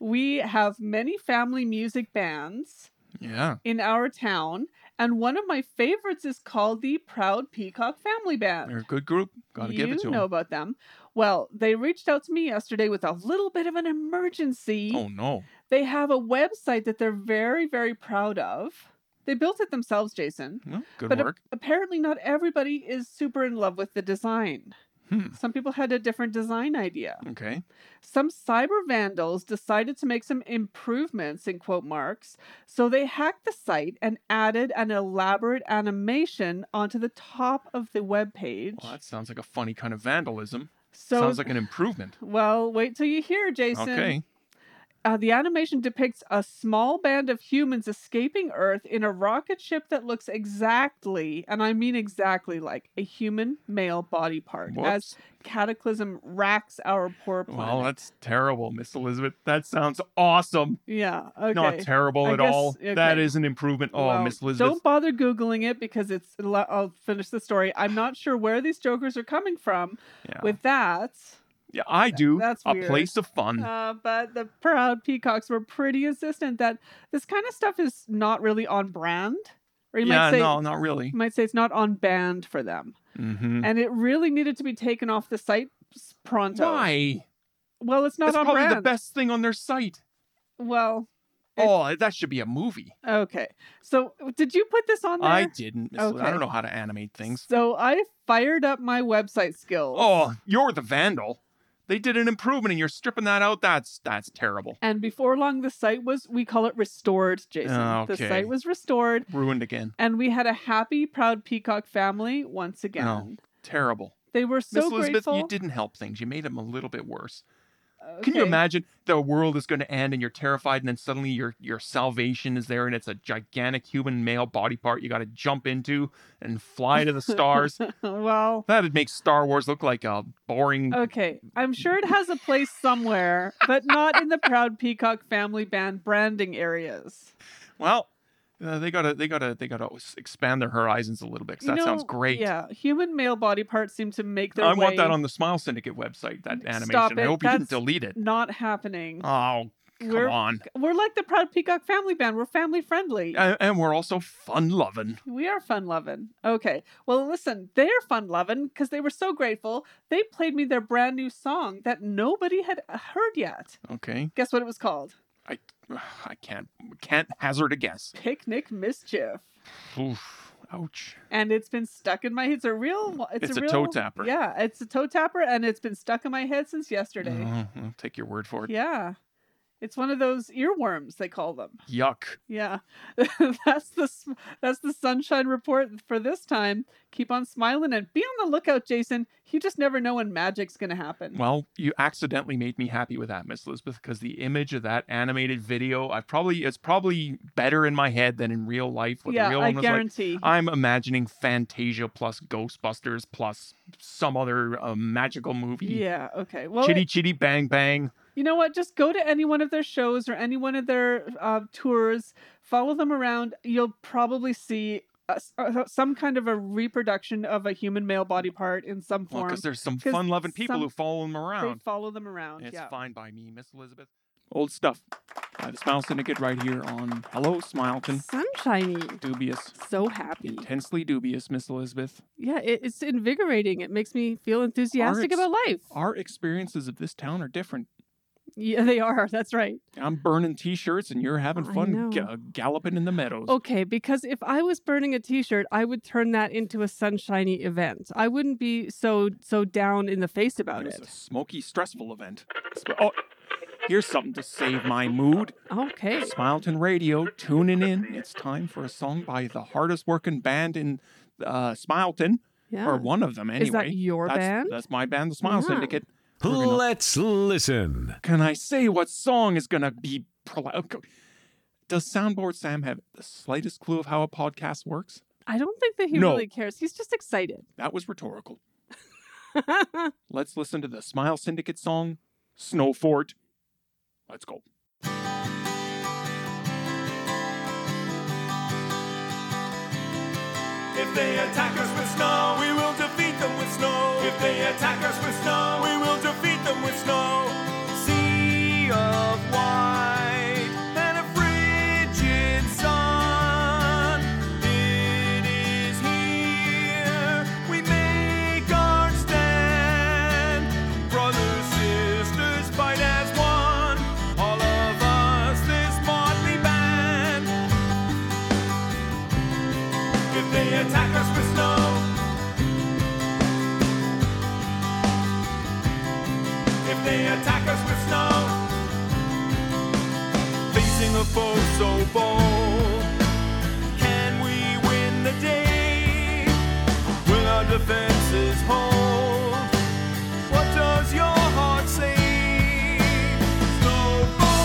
Speaker 1: We have many family music bands
Speaker 2: Yeah.
Speaker 1: in our town, and one of my favorites is called the Proud Peacock Family Band.
Speaker 2: They're a good group. Gotta give it
Speaker 1: You
Speaker 2: to
Speaker 1: know
Speaker 2: them.
Speaker 1: about them. Well, they reached out to me yesterday with a little bit of an emergency.
Speaker 2: Oh no.
Speaker 1: They have a website that they're very, very proud of. They built it themselves, Jason.
Speaker 2: Well, good
Speaker 1: But a-
Speaker 2: work.
Speaker 1: Apparently, not everybody is super in love with the design.
Speaker 2: Hmm.
Speaker 1: Some people had a different design idea.
Speaker 2: Okay.
Speaker 1: Some cyber vandals decided to make some improvements in quote marks, so they hacked the site and added an elaborate animation onto the top of the web page.
Speaker 2: Well, that sounds like a funny kind of vandalism.
Speaker 1: so
Speaker 2: sounds like an improvement.
Speaker 1: Well, wait till you hear, Jason.
Speaker 2: Okay.
Speaker 1: Uh, the animation depicts a small band of humans escaping Earth in a rocket ship that looks exactly, and I mean exactly, like a human male body part as
Speaker 2: Whoops.
Speaker 1: Cataclysm racks our poor planet.
Speaker 2: Well, that's terrible, Miss Elizabeth. That sounds awesome.
Speaker 1: yeah, okay.
Speaker 2: Not terrible
Speaker 1: I
Speaker 2: at
Speaker 1: guess-
Speaker 2: all. That
Speaker 1: okay.
Speaker 2: is an improvement. Oh,
Speaker 1: Well,
Speaker 2: Miss Elizabeth.
Speaker 1: Don't bother Googling it because it's. I'll finish the story. I'm not sure where these jokers are coming from
Speaker 2: Yeah.
Speaker 1: with that,
Speaker 2: yeah, I do.
Speaker 1: that's
Speaker 2: a
Speaker 1: weird.
Speaker 2: place of fun.
Speaker 1: uh, but the proud peacocks were pretty insistent that this kind of stuff is not really on brand. Or you
Speaker 2: yeah,
Speaker 1: might say,
Speaker 2: no, not really.
Speaker 1: you might say it's not on band for them.
Speaker 2: hmm
Speaker 1: And it really needed to be taken off the site s- pronto.
Speaker 2: Why?
Speaker 1: Well, it's uh, not
Speaker 2: That's
Speaker 1: on
Speaker 2: probably
Speaker 1: brand.
Speaker 2: the best thing on their site.
Speaker 1: Well, It's-
Speaker 2: Oh, that should be a movie.
Speaker 1: okay. So did you put this on there?
Speaker 2: I didn't. Miss Elizabeth. I
Speaker 1: Okay.
Speaker 2: don't know how to animate things.
Speaker 1: So I fired up my website skills.
Speaker 2: Oh, you're the vandal. They did an improvement and you're stripping that out. That's that's terrible.
Speaker 1: And before long, the site was, we call it restored, Jason.
Speaker 2: Oh,
Speaker 1: The
Speaker 2: okay.
Speaker 1: site was restored,
Speaker 2: Ruined again.
Speaker 1: and we had a happy, proud peacock family once again.
Speaker 2: Terrible.
Speaker 1: They were so
Speaker 2: Oh. Miss Elizabeth,
Speaker 1: grateful. Uh,
Speaker 2: you didn't help things. You made them a little bit worse. Can you
Speaker 1: Okay.
Speaker 2: imagine the world is going to end and you're terrified and then suddenly your your salvation is there and it's a gigantic human male body part you got to jump into and fly to the
Speaker 1: <laughs>
Speaker 2: stars.
Speaker 1: well,
Speaker 2: That'd make Star Wars look like a boring
Speaker 1: okay. I'm sure it has a place somewhere, but not in the proud peacock family band branding areas.
Speaker 2: Well, uh, they got to they got to they got to expand their horizons a little bit 'cause
Speaker 1: You
Speaker 2: that sounds
Speaker 1: know,
Speaker 2: great.
Speaker 1: Yeah, human male body parts seem to make their
Speaker 2: I
Speaker 1: way.
Speaker 2: want that on the Smile Syndicate website. That animation.
Speaker 1: Stop
Speaker 2: I
Speaker 1: it.
Speaker 2: hope you
Speaker 1: That's-
Speaker 2: didn't delete it.
Speaker 1: Not happening.
Speaker 2: Oh, come
Speaker 1: we're
Speaker 2: on!
Speaker 1: we're like the proud peacock family band. We're family friendly.
Speaker 2: And, and we're also fun loving.
Speaker 1: We are fun loving. Okay. Well, listen, they're fun loving because they were so grateful. They played me their brand new song that nobody had uh, heard yet.
Speaker 2: Okay, <sighs>
Speaker 1: Guess what it was called?
Speaker 2: I can't can't hazard a guess.
Speaker 1: Picnic Mischief.
Speaker 2: Oof. Ouch.
Speaker 1: And it's been stuck in my head. It's a real. It's,
Speaker 2: It's
Speaker 1: a,
Speaker 2: a
Speaker 1: real,
Speaker 2: toe tapper.
Speaker 1: Yeah, it's a toe tapper, and it's been stuck in my head since yesterday.
Speaker 2: Oh, I'll take your word for it.
Speaker 1: Yeah, it's one of those earworms they call them.
Speaker 2: Yuck.
Speaker 1: Yeah, <laughs> that's the s- that's the sunshine report for this time. Keep on smiling and be on the lookout, Jason. You just never know when magic's gonna happen.
Speaker 2: Well, you accidentally made me happy with that, Miss Elizabeth, because the image of that animated video, I probably it's probably better in my head than in real life. What
Speaker 1: yeah,
Speaker 2: the real
Speaker 1: I
Speaker 2: one was like.
Speaker 1: guarantee.
Speaker 2: I'm imagining Fantasia plus Ghostbusters plus some other uh, magical movie.
Speaker 1: yeah. Okay. Well,
Speaker 2: Chitty Chitty Bang Bang.
Speaker 1: you know what? Just go to any one of their shows or any one of their uh, tours. Follow them around. You'll probably see uh, s- uh, some kind of a reproduction of a human male body part in some
Speaker 2: Well,
Speaker 1: form.
Speaker 2: because there's some
Speaker 1: 'Cause
Speaker 2: fun loving people
Speaker 1: some-
Speaker 2: who follow them
Speaker 1: they
Speaker 2: around.
Speaker 1: follow them around.
Speaker 2: It's
Speaker 1: yeah.
Speaker 2: fine by me, Miss Elizabeth. Old stuff. Uh, the Smile Syndicate right here on Hello Smileton.
Speaker 1: Sunshiny.
Speaker 2: Dubious.
Speaker 1: So happy.
Speaker 2: Intensely dubious, Miss Elizabeth.
Speaker 1: Yeah, it, it's invigorating. It makes me feel enthusiastic
Speaker 2: ex-
Speaker 1: about life.
Speaker 2: Our experiences of this town are different.
Speaker 1: Yeah, they are. That's right.
Speaker 2: I'm burning t-shirts and you're having
Speaker 1: I
Speaker 2: fun
Speaker 1: know.
Speaker 2: ga- galloping in the meadows.
Speaker 1: Okay, because if I was burning a t-shirt, I would turn that into a sunshiny event. I wouldn't be so so down in the face about
Speaker 2: It
Speaker 1: it.
Speaker 2: was a smoky, stressful event. Sp- Oh, here's something to save my mood.
Speaker 1: Okay.
Speaker 2: Smileton Radio, tuning in. It's time for a song by the hardest working band in uh, Smileton,
Speaker 1: Yeah.
Speaker 2: or one of them anyway.
Speaker 1: Is that your
Speaker 2: that's,
Speaker 1: band?
Speaker 2: That's my band, the Smile
Speaker 1: Yeah.
Speaker 2: Syndicate. We're gonna-
Speaker 3: Let's listen.
Speaker 2: Can I say what song is going to be? Pro- okay. Does Soundboard Sam have the slightest clue of how a podcast works?
Speaker 1: I don't think that he
Speaker 2: No.
Speaker 1: really cares. He's just excited. <laughs>
Speaker 2: That was rhetorical. Let's listen to the Smile Syndicate song, Snow Fort. Let's go.
Speaker 4: If they attack us with snow, we will defeat them with snow. If they attack us with snow, we will defeat them with snow. Sea of white and a frigid sun. It is here we make our stand. Brothers, sisters, fight as one. All of us, this motley band. If they attack us with snow. If they attack us with snow. Facing a foe so bold. Can we win the day? Will our defenses hold? What does your heart say? Snowball.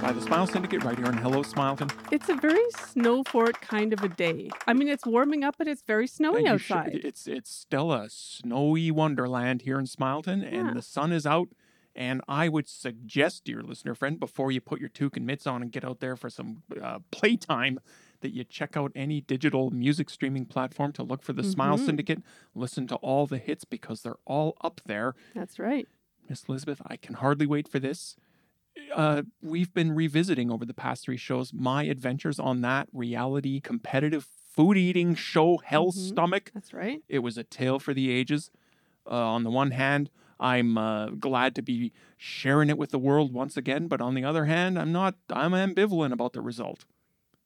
Speaker 2: by the Smile Syndicate right here on Hello Smileton.
Speaker 1: It's a very snow fort kind of a day. I mean, it's warming up, but it's very snowy
Speaker 2: Thank you, Sh-
Speaker 1: outside.
Speaker 2: It's it's still a snowy wonderland here in Smileton, and
Speaker 1: Yeah.
Speaker 2: the sun is out. And I would suggest, dear listener friend, before you put your toque and mitts on and get out there for some uh, playtime, that you check out any digital music streaming platform to look for the Smile
Speaker 1: Mhm.
Speaker 2: Syndicate. Listen to all the hits because they're all up there.
Speaker 1: That's right.
Speaker 2: Miss Elizabeth, I can hardly wait for this. Uh, we've been revisiting over the past three shows my adventures on that reality competitive food eating show, Hell
Speaker 1: Mhm.
Speaker 2: Stomach.
Speaker 1: That's right.
Speaker 2: It was a tale for the ages. Uh, on the one hand, I'm uh, glad to be sharing it with the world once again, but on the other hand, I'm not. I'm ambivalent about the result.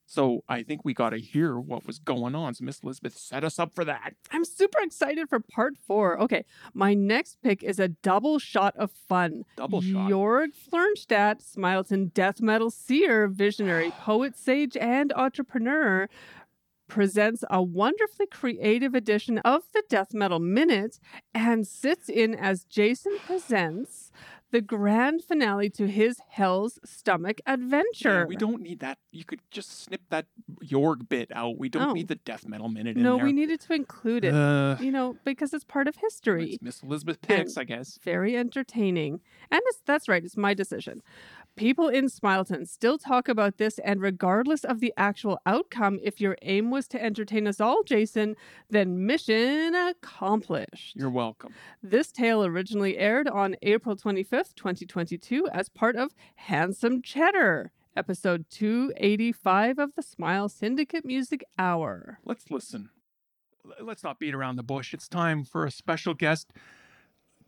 Speaker 2: So I think we got to hear what was going on. So Miss Elizabeth set us up for that.
Speaker 1: I'm super excited for part four. Okay, my next pick is a double shot of fun.
Speaker 2: Double shot.
Speaker 1: Jorg Flernstadt, Smileton death metal seer,
Speaker 2: <gasps>
Speaker 1: visionary, poet, sage, and entrepreneur, presents a wonderfully creative edition of the Death Metal Minute and sits in as Jason presents the grand finale to his Hell's Stomach adventure.
Speaker 2: Yeah, we don't need that. You could just snip that Jorg bit out. We don't
Speaker 1: Oh.
Speaker 2: need the death metal minute in
Speaker 1: No,
Speaker 2: there.
Speaker 1: we needed to include it.
Speaker 2: Uh,
Speaker 1: you know, because it's part of history.
Speaker 2: it's Miss Elizabeth picks, I guess.
Speaker 1: very entertaining. And it's, that's right, it's my decision. People in Smileton still talk about this, and regardless of the actual outcome, if your aim was to entertain us all, Jason, then mission accomplished.
Speaker 2: You're welcome.
Speaker 1: This tale originally aired on April 25th, 2022, as part of Handsome Cheddar, episode 285 of the Smile Syndicate Music Hour.
Speaker 2: Let's listen. L- Let's not beat around the bush. It's time for a special guest.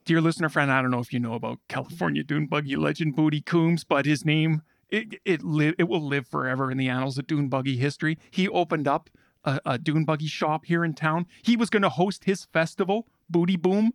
Speaker 2: Dear listener friend, I don't know if you know about California dune buggy legend Booty Coombs, but his name it it li- it will live forever in the annals of dune buggy history. He opened up a, a dune buggy shop here in town. He was going to host his festival, Booty Boom,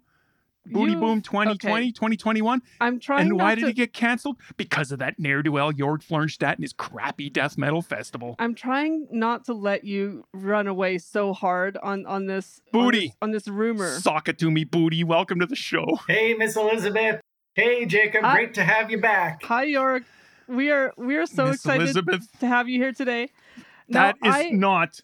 Speaker 2: Booty
Speaker 1: You-
Speaker 2: Boom 2020,
Speaker 1: okay.
Speaker 2: 2021.
Speaker 1: I'm trying
Speaker 2: and
Speaker 1: not
Speaker 2: why
Speaker 1: to,
Speaker 2: did it get canceled? Because of that ne'er do well Jorg Flernstadt and his crappy death metal festival.
Speaker 1: I'm trying not to let you run away so hard on on this on
Speaker 2: Booty.
Speaker 1: this- on this, rumor.
Speaker 2: Sock it to me, Booty. Welcome to the show.
Speaker 3: Hey, Miss Elizabeth. Hey, Jacob.
Speaker 1: Hi.
Speaker 3: Great to have you back.
Speaker 1: Hi, York. We are we are so
Speaker 2: Miss
Speaker 1: excited
Speaker 2: Elizabeth,
Speaker 1: to have you here today.
Speaker 2: that
Speaker 1: now,
Speaker 2: is
Speaker 1: I,
Speaker 2: not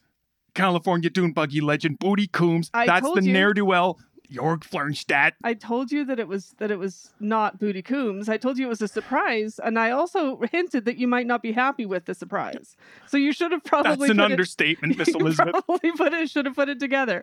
Speaker 2: California dune buggy legend Booty Coombs.
Speaker 1: I
Speaker 2: That's
Speaker 1: told
Speaker 2: the
Speaker 1: you.
Speaker 2: ne'er do well Jorg Flernstadt.
Speaker 1: I told you that it was that it was not Booty Coombs. I told you it was a surprise, and I also hinted that you might not be happy with the surprise. So you should have
Speaker 2: That's
Speaker 1: probably
Speaker 2: an
Speaker 1: put
Speaker 2: understatement, Miss
Speaker 1: it, <laughs> you
Speaker 2: Elizabeth.
Speaker 1: probably put it should have put it together.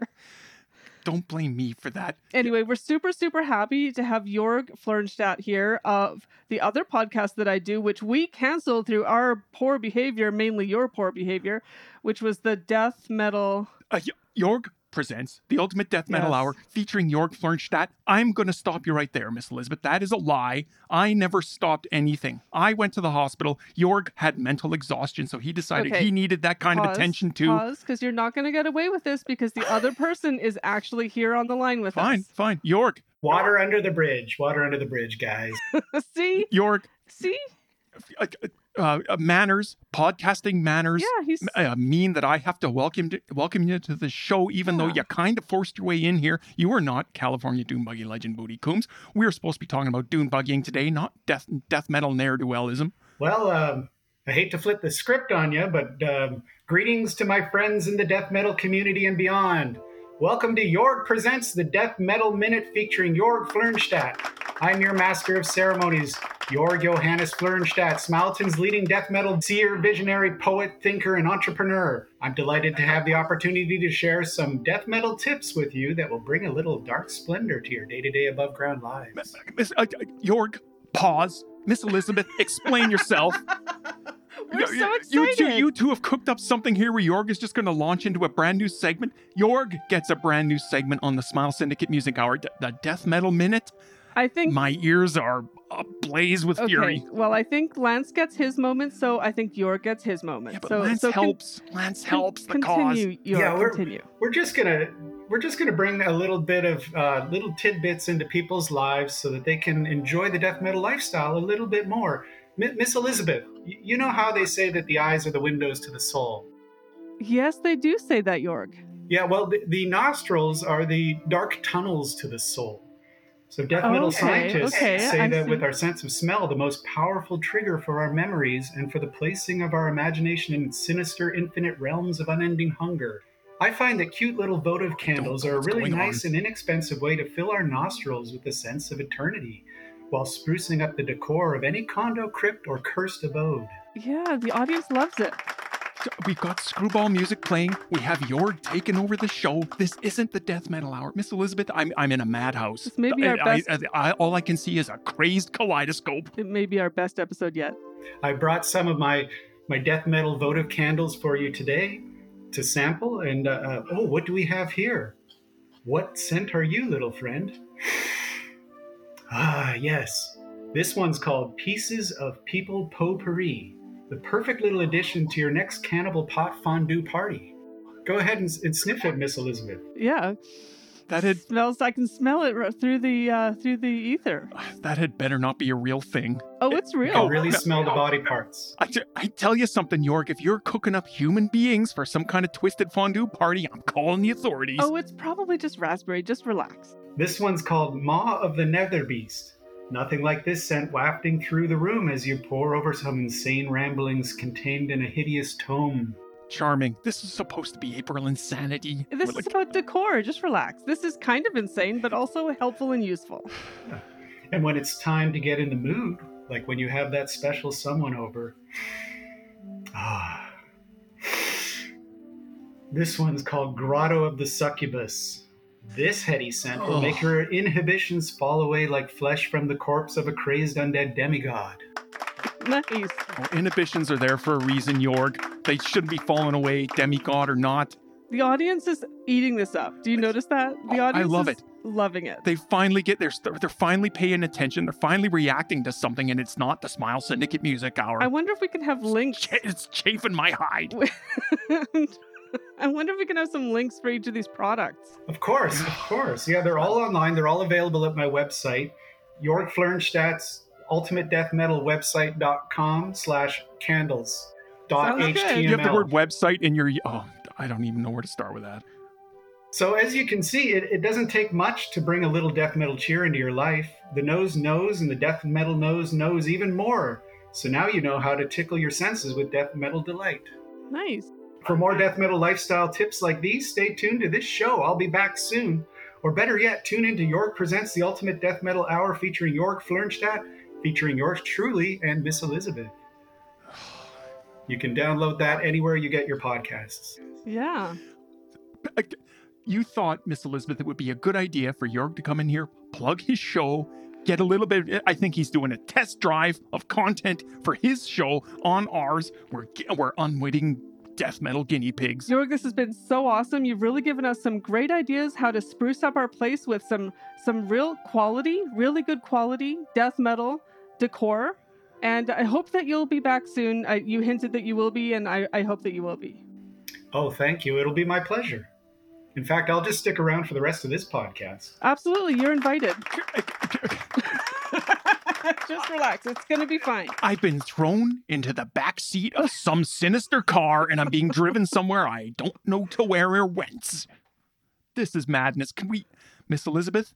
Speaker 2: Don't blame me for that.
Speaker 1: anyway, we're super, super happy to have Jorg Flernstadt here of the other podcast that I do, which we canceled through our poor behavior, mainly your poor behavior, which was the death metal.
Speaker 2: Uh, Jorg presents the Ultimate Death Metal
Speaker 1: Yes.
Speaker 2: Hour featuring Jorg Flernstadt. I'm going to stop you right there, Miss Elizabeth. That is a lie. I never stopped anything. I went to the hospital. Jorg had mental exhaustion, so he decided
Speaker 1: Okay.
Speaker 2: he needed that kind of
Speaker 1: Pause,
Speaker 2: attention too.
Speaker 1: Pause, because you're not going to get away with this because the other person is actually here on the line with
Speaker 2: Fine, fine. Jorg,
Speaker 3: Water under the bridge. Water under the bridge, guys.
Speaker 1: us. <laughs> see,
Speaker 2: Jorg,
Speaker 1: see,
Speaker 2: uh, uh, uh, manners, podcasting manners.
Speaker 1: yeah, he's
Speaker 2: Uh, mean that I have to welcome to, welcome you to the show, even though
Speaker 1: Yeah.
Speaker 2: you kind of forced your way in here. You are not California dune buggy legend Booty Coombs. We're supposed to be talking about dune buggying today, not death death metal ne'er do wellism.
Speaker 3: Well, um, I hate to flip the script on you, but um, greetings to my friends in the death metal community and beyond. Welcome to Jorg Presents the Death Metal Minute featuring Jorg Flernstadt. I'm your master of ceremonies, Jorg Johannes Flernstadt, Smileton's leading death metal seer, visionary, poet, thinker, and entrepreneur. I'm delighted to have the opportunity to share some death metal tips with you that will bring a little dark splendor to your day to day above ground lives.
Speaker 2: Miss uh, uh, Jorg, pause. Miss Elizabeth, explain yourself.
Speaker 1: <laughs> we're so excited.
Speaker 2: You two, you two have cooked up something here where Jorg is just going to launch into a brand new segment. Jorg gets a brand new segment on the Smile Syndicate Music Hour, d- the Death Metal Minute.
Speaker 1: I think.
Speaker 2: My ears are ablaze with
Speaker 1: Okay.
Speaker 2: fury.
Speaker 1: Well, I think Lance gets his moment, so I think York gets his moment.
Speaker 2: Yeah, but
Speaker 1: so,
Speaker 2: Lance
Speaker 1: so con-
Speaker 2: helps. Lance helps the cause.
Speaker 1: continue, York,
Speaker 3: Yeah, we're-
Speaker 1: continue.
Speaker 3: we're just gonna we're just gonna bring a little bit of uh, little tidbits into people's lives so that they can enjoy the death metal lifestyle a little bit more. M- Miss Elizabeth, y- you know how they say that the eyes are the windows to the soul.
Speaker 1: Yes, they do say that, York.
Speaker 3: Yeah, well, the, the nostrils are the dark tunnels to the soul. So death
Speaker 1: Oh,
Speaker 3: metal
Speaker 1: okay,
Speaker 3: scientists
Speaker 1: okay,
Speaker 3: say
Speaker 1: I
Speaker 3: that
Speaker 1: see.
Speaker 3: with our sense of smell, the most powerful trigger for our memories and for the placing of our imagination in sinister, infinite realms of unending hunger. I find that cute little votive candles
Speaker 2: know
Speaker 3: are a
Speaker 2: what's
Speaker 3: really
Speaker 2: going
Speaker 3: nice and inexpensive way to fill our nostrils with the sense of eternity, while sprucing up the decor of any condo, crypt, or cursed abode.
Speaker 1: Yeah, the audience loves it.
Speaker 2: We've got screwball music playing. We have Jorg taking over the show. This isn't the death metal hour. Miss Elizabeth, I'm, I'm in a madhouse.
Speaker 1: This may be our
Speaker 2: I- I-
Speaker 1: best-
Speaker 2: I- all I can see is a crazed kaleidoscope.
Speaker 1: It may be our best episode yet.
Speaker 3: I brought some of my my death metal votive candles for you today to sample. And uh, uh, oh, what do we have here? What scent are you, little friend? <sighs> Ah, yes. This one's called Pieces of People Potpourri, the perfect little addition to your next cannibal pot fondue party. Go ahead and, and sniff it, Miss Elizabeth.
Speaker 1: Yeah,
Speaker 2: That had
Speaker 1: smells. I can smell it ro- through the uh, through the ether.
Speaker 2: that had better not be a real thing.
Speaker 1: Oh, it's
Speaker 3: You
Speaker 1: real.
Speaker 3: can
Speaker 2: Oh,
Speaker 3: really
Speaker 2: no.
Speaker 3: smell the body parts.
Speaker 2: I, ju- I tell you something, York. If you're cooking up human beings for some kind of twisted fondue party, I'm calling the authorities.
Speaker 1: Oh, it's probably just raspberry. Just relax.
Speaker 3: This one's called Maw of the Nether Beast. Nothing like this scent wafting through the room as you pore over some insane ramblings contained in a hideous tome.
Speaker 2: Charming. This is supposed to be April insanity.
Speaker 1: This
Speaker 2: We're
Speaker 1: is about decor. Just relax. This is kind of insane, but also helpful and useful.
Speaker 3: And when it's time to get in the mood, like when you have that special someone over, <sighs> ah. This one's called Grotto of the Succubus. This heady scent will make
Speaker 2: Ugh.
Speaker 3: your inhibitions fall away like flesh from the corpse of a crazed undead demigod.
Speaker 1: Nice.
Speaker 2: Our oh, inhibitions are there for a reason, Jorg. They shouldn't be falling away, demigod or not.
Speaker 1: The audience is eating this up. Do you notice that? The
Speaker 2: Oh, I
Speaker 1: audience
Speaker 2: love
Speaker 1: is
Speaker 2: it.
Speaker 1: loving it.
Speaker 2: They finally get their. St- they're finally paying attention. They're finally reacting to something, and it's not the Smile Syndicate music hour.
Speaker 1: I wonder if we can have links.
Speaker 2: <laughs> it's chafing my hide.
Speaker 1: <laughs> I wonder if we can have some links for each of these products.
Speaker 3: Of
Speaker 2: <laughs>
Speaker 3: course, of course. Yeah, they're all online. They're all available at my website, Jorg Flernstadt's ultimate death metal website.com slash candles dot
Speaker 1: Sounds good.
Speaker 3: html.
Speaker 2: You have the word website in your. Oh, I don't even know where to start with that.
Speaker 3: So as you can see, it, it doesn't take much to bring a little death metal cheer into your life. The nose knows and the death metal nose knows even more. So now you know how to tickle your senses with death metal delight.
Speaker 1: Nice.
Speaker 3: For more death metal lifestyle tips like these, stay tuned to this show. I'll be back soon. Or better yet, tune into York Presents the Ultimate Death Metal Hour featuring York Flernstadt, featuring yours truly and Miss Elizabeth. You can download that anywhere you get your podcasts.
Speaker 1: Yeah.
Speaker 2: You thought, Miss Elizabeth, it would be a good idea for Jorg to come in here, plug his show, get a little bit. I think he's doing a test drive of content for his show on ours. We're ge- we're unwitting death metal guinea pigs.
Speaker 1: <laughs> Jorg, this has been so awesome. You've really given us some great ideas how to spruce up our place with some some real quality, really good quality death metal decor. And I hope that you'll be back soon. I, you hinted that you will be, and I, I hope that you will be.
Speaker 3: Oh, thank you. It'll be my pleasure. In fact, I'll just stick around for the rest of this podcast.
Speaker 1: Absolutely, you're invited. <laughs> Just relax. It's gonna be fine.
Speaker 2: I've been thrown into the back seat of some sinister car and I'm being driven somewhere I don't know to where or whence. This is madness. Can we, Miss Elizabeth,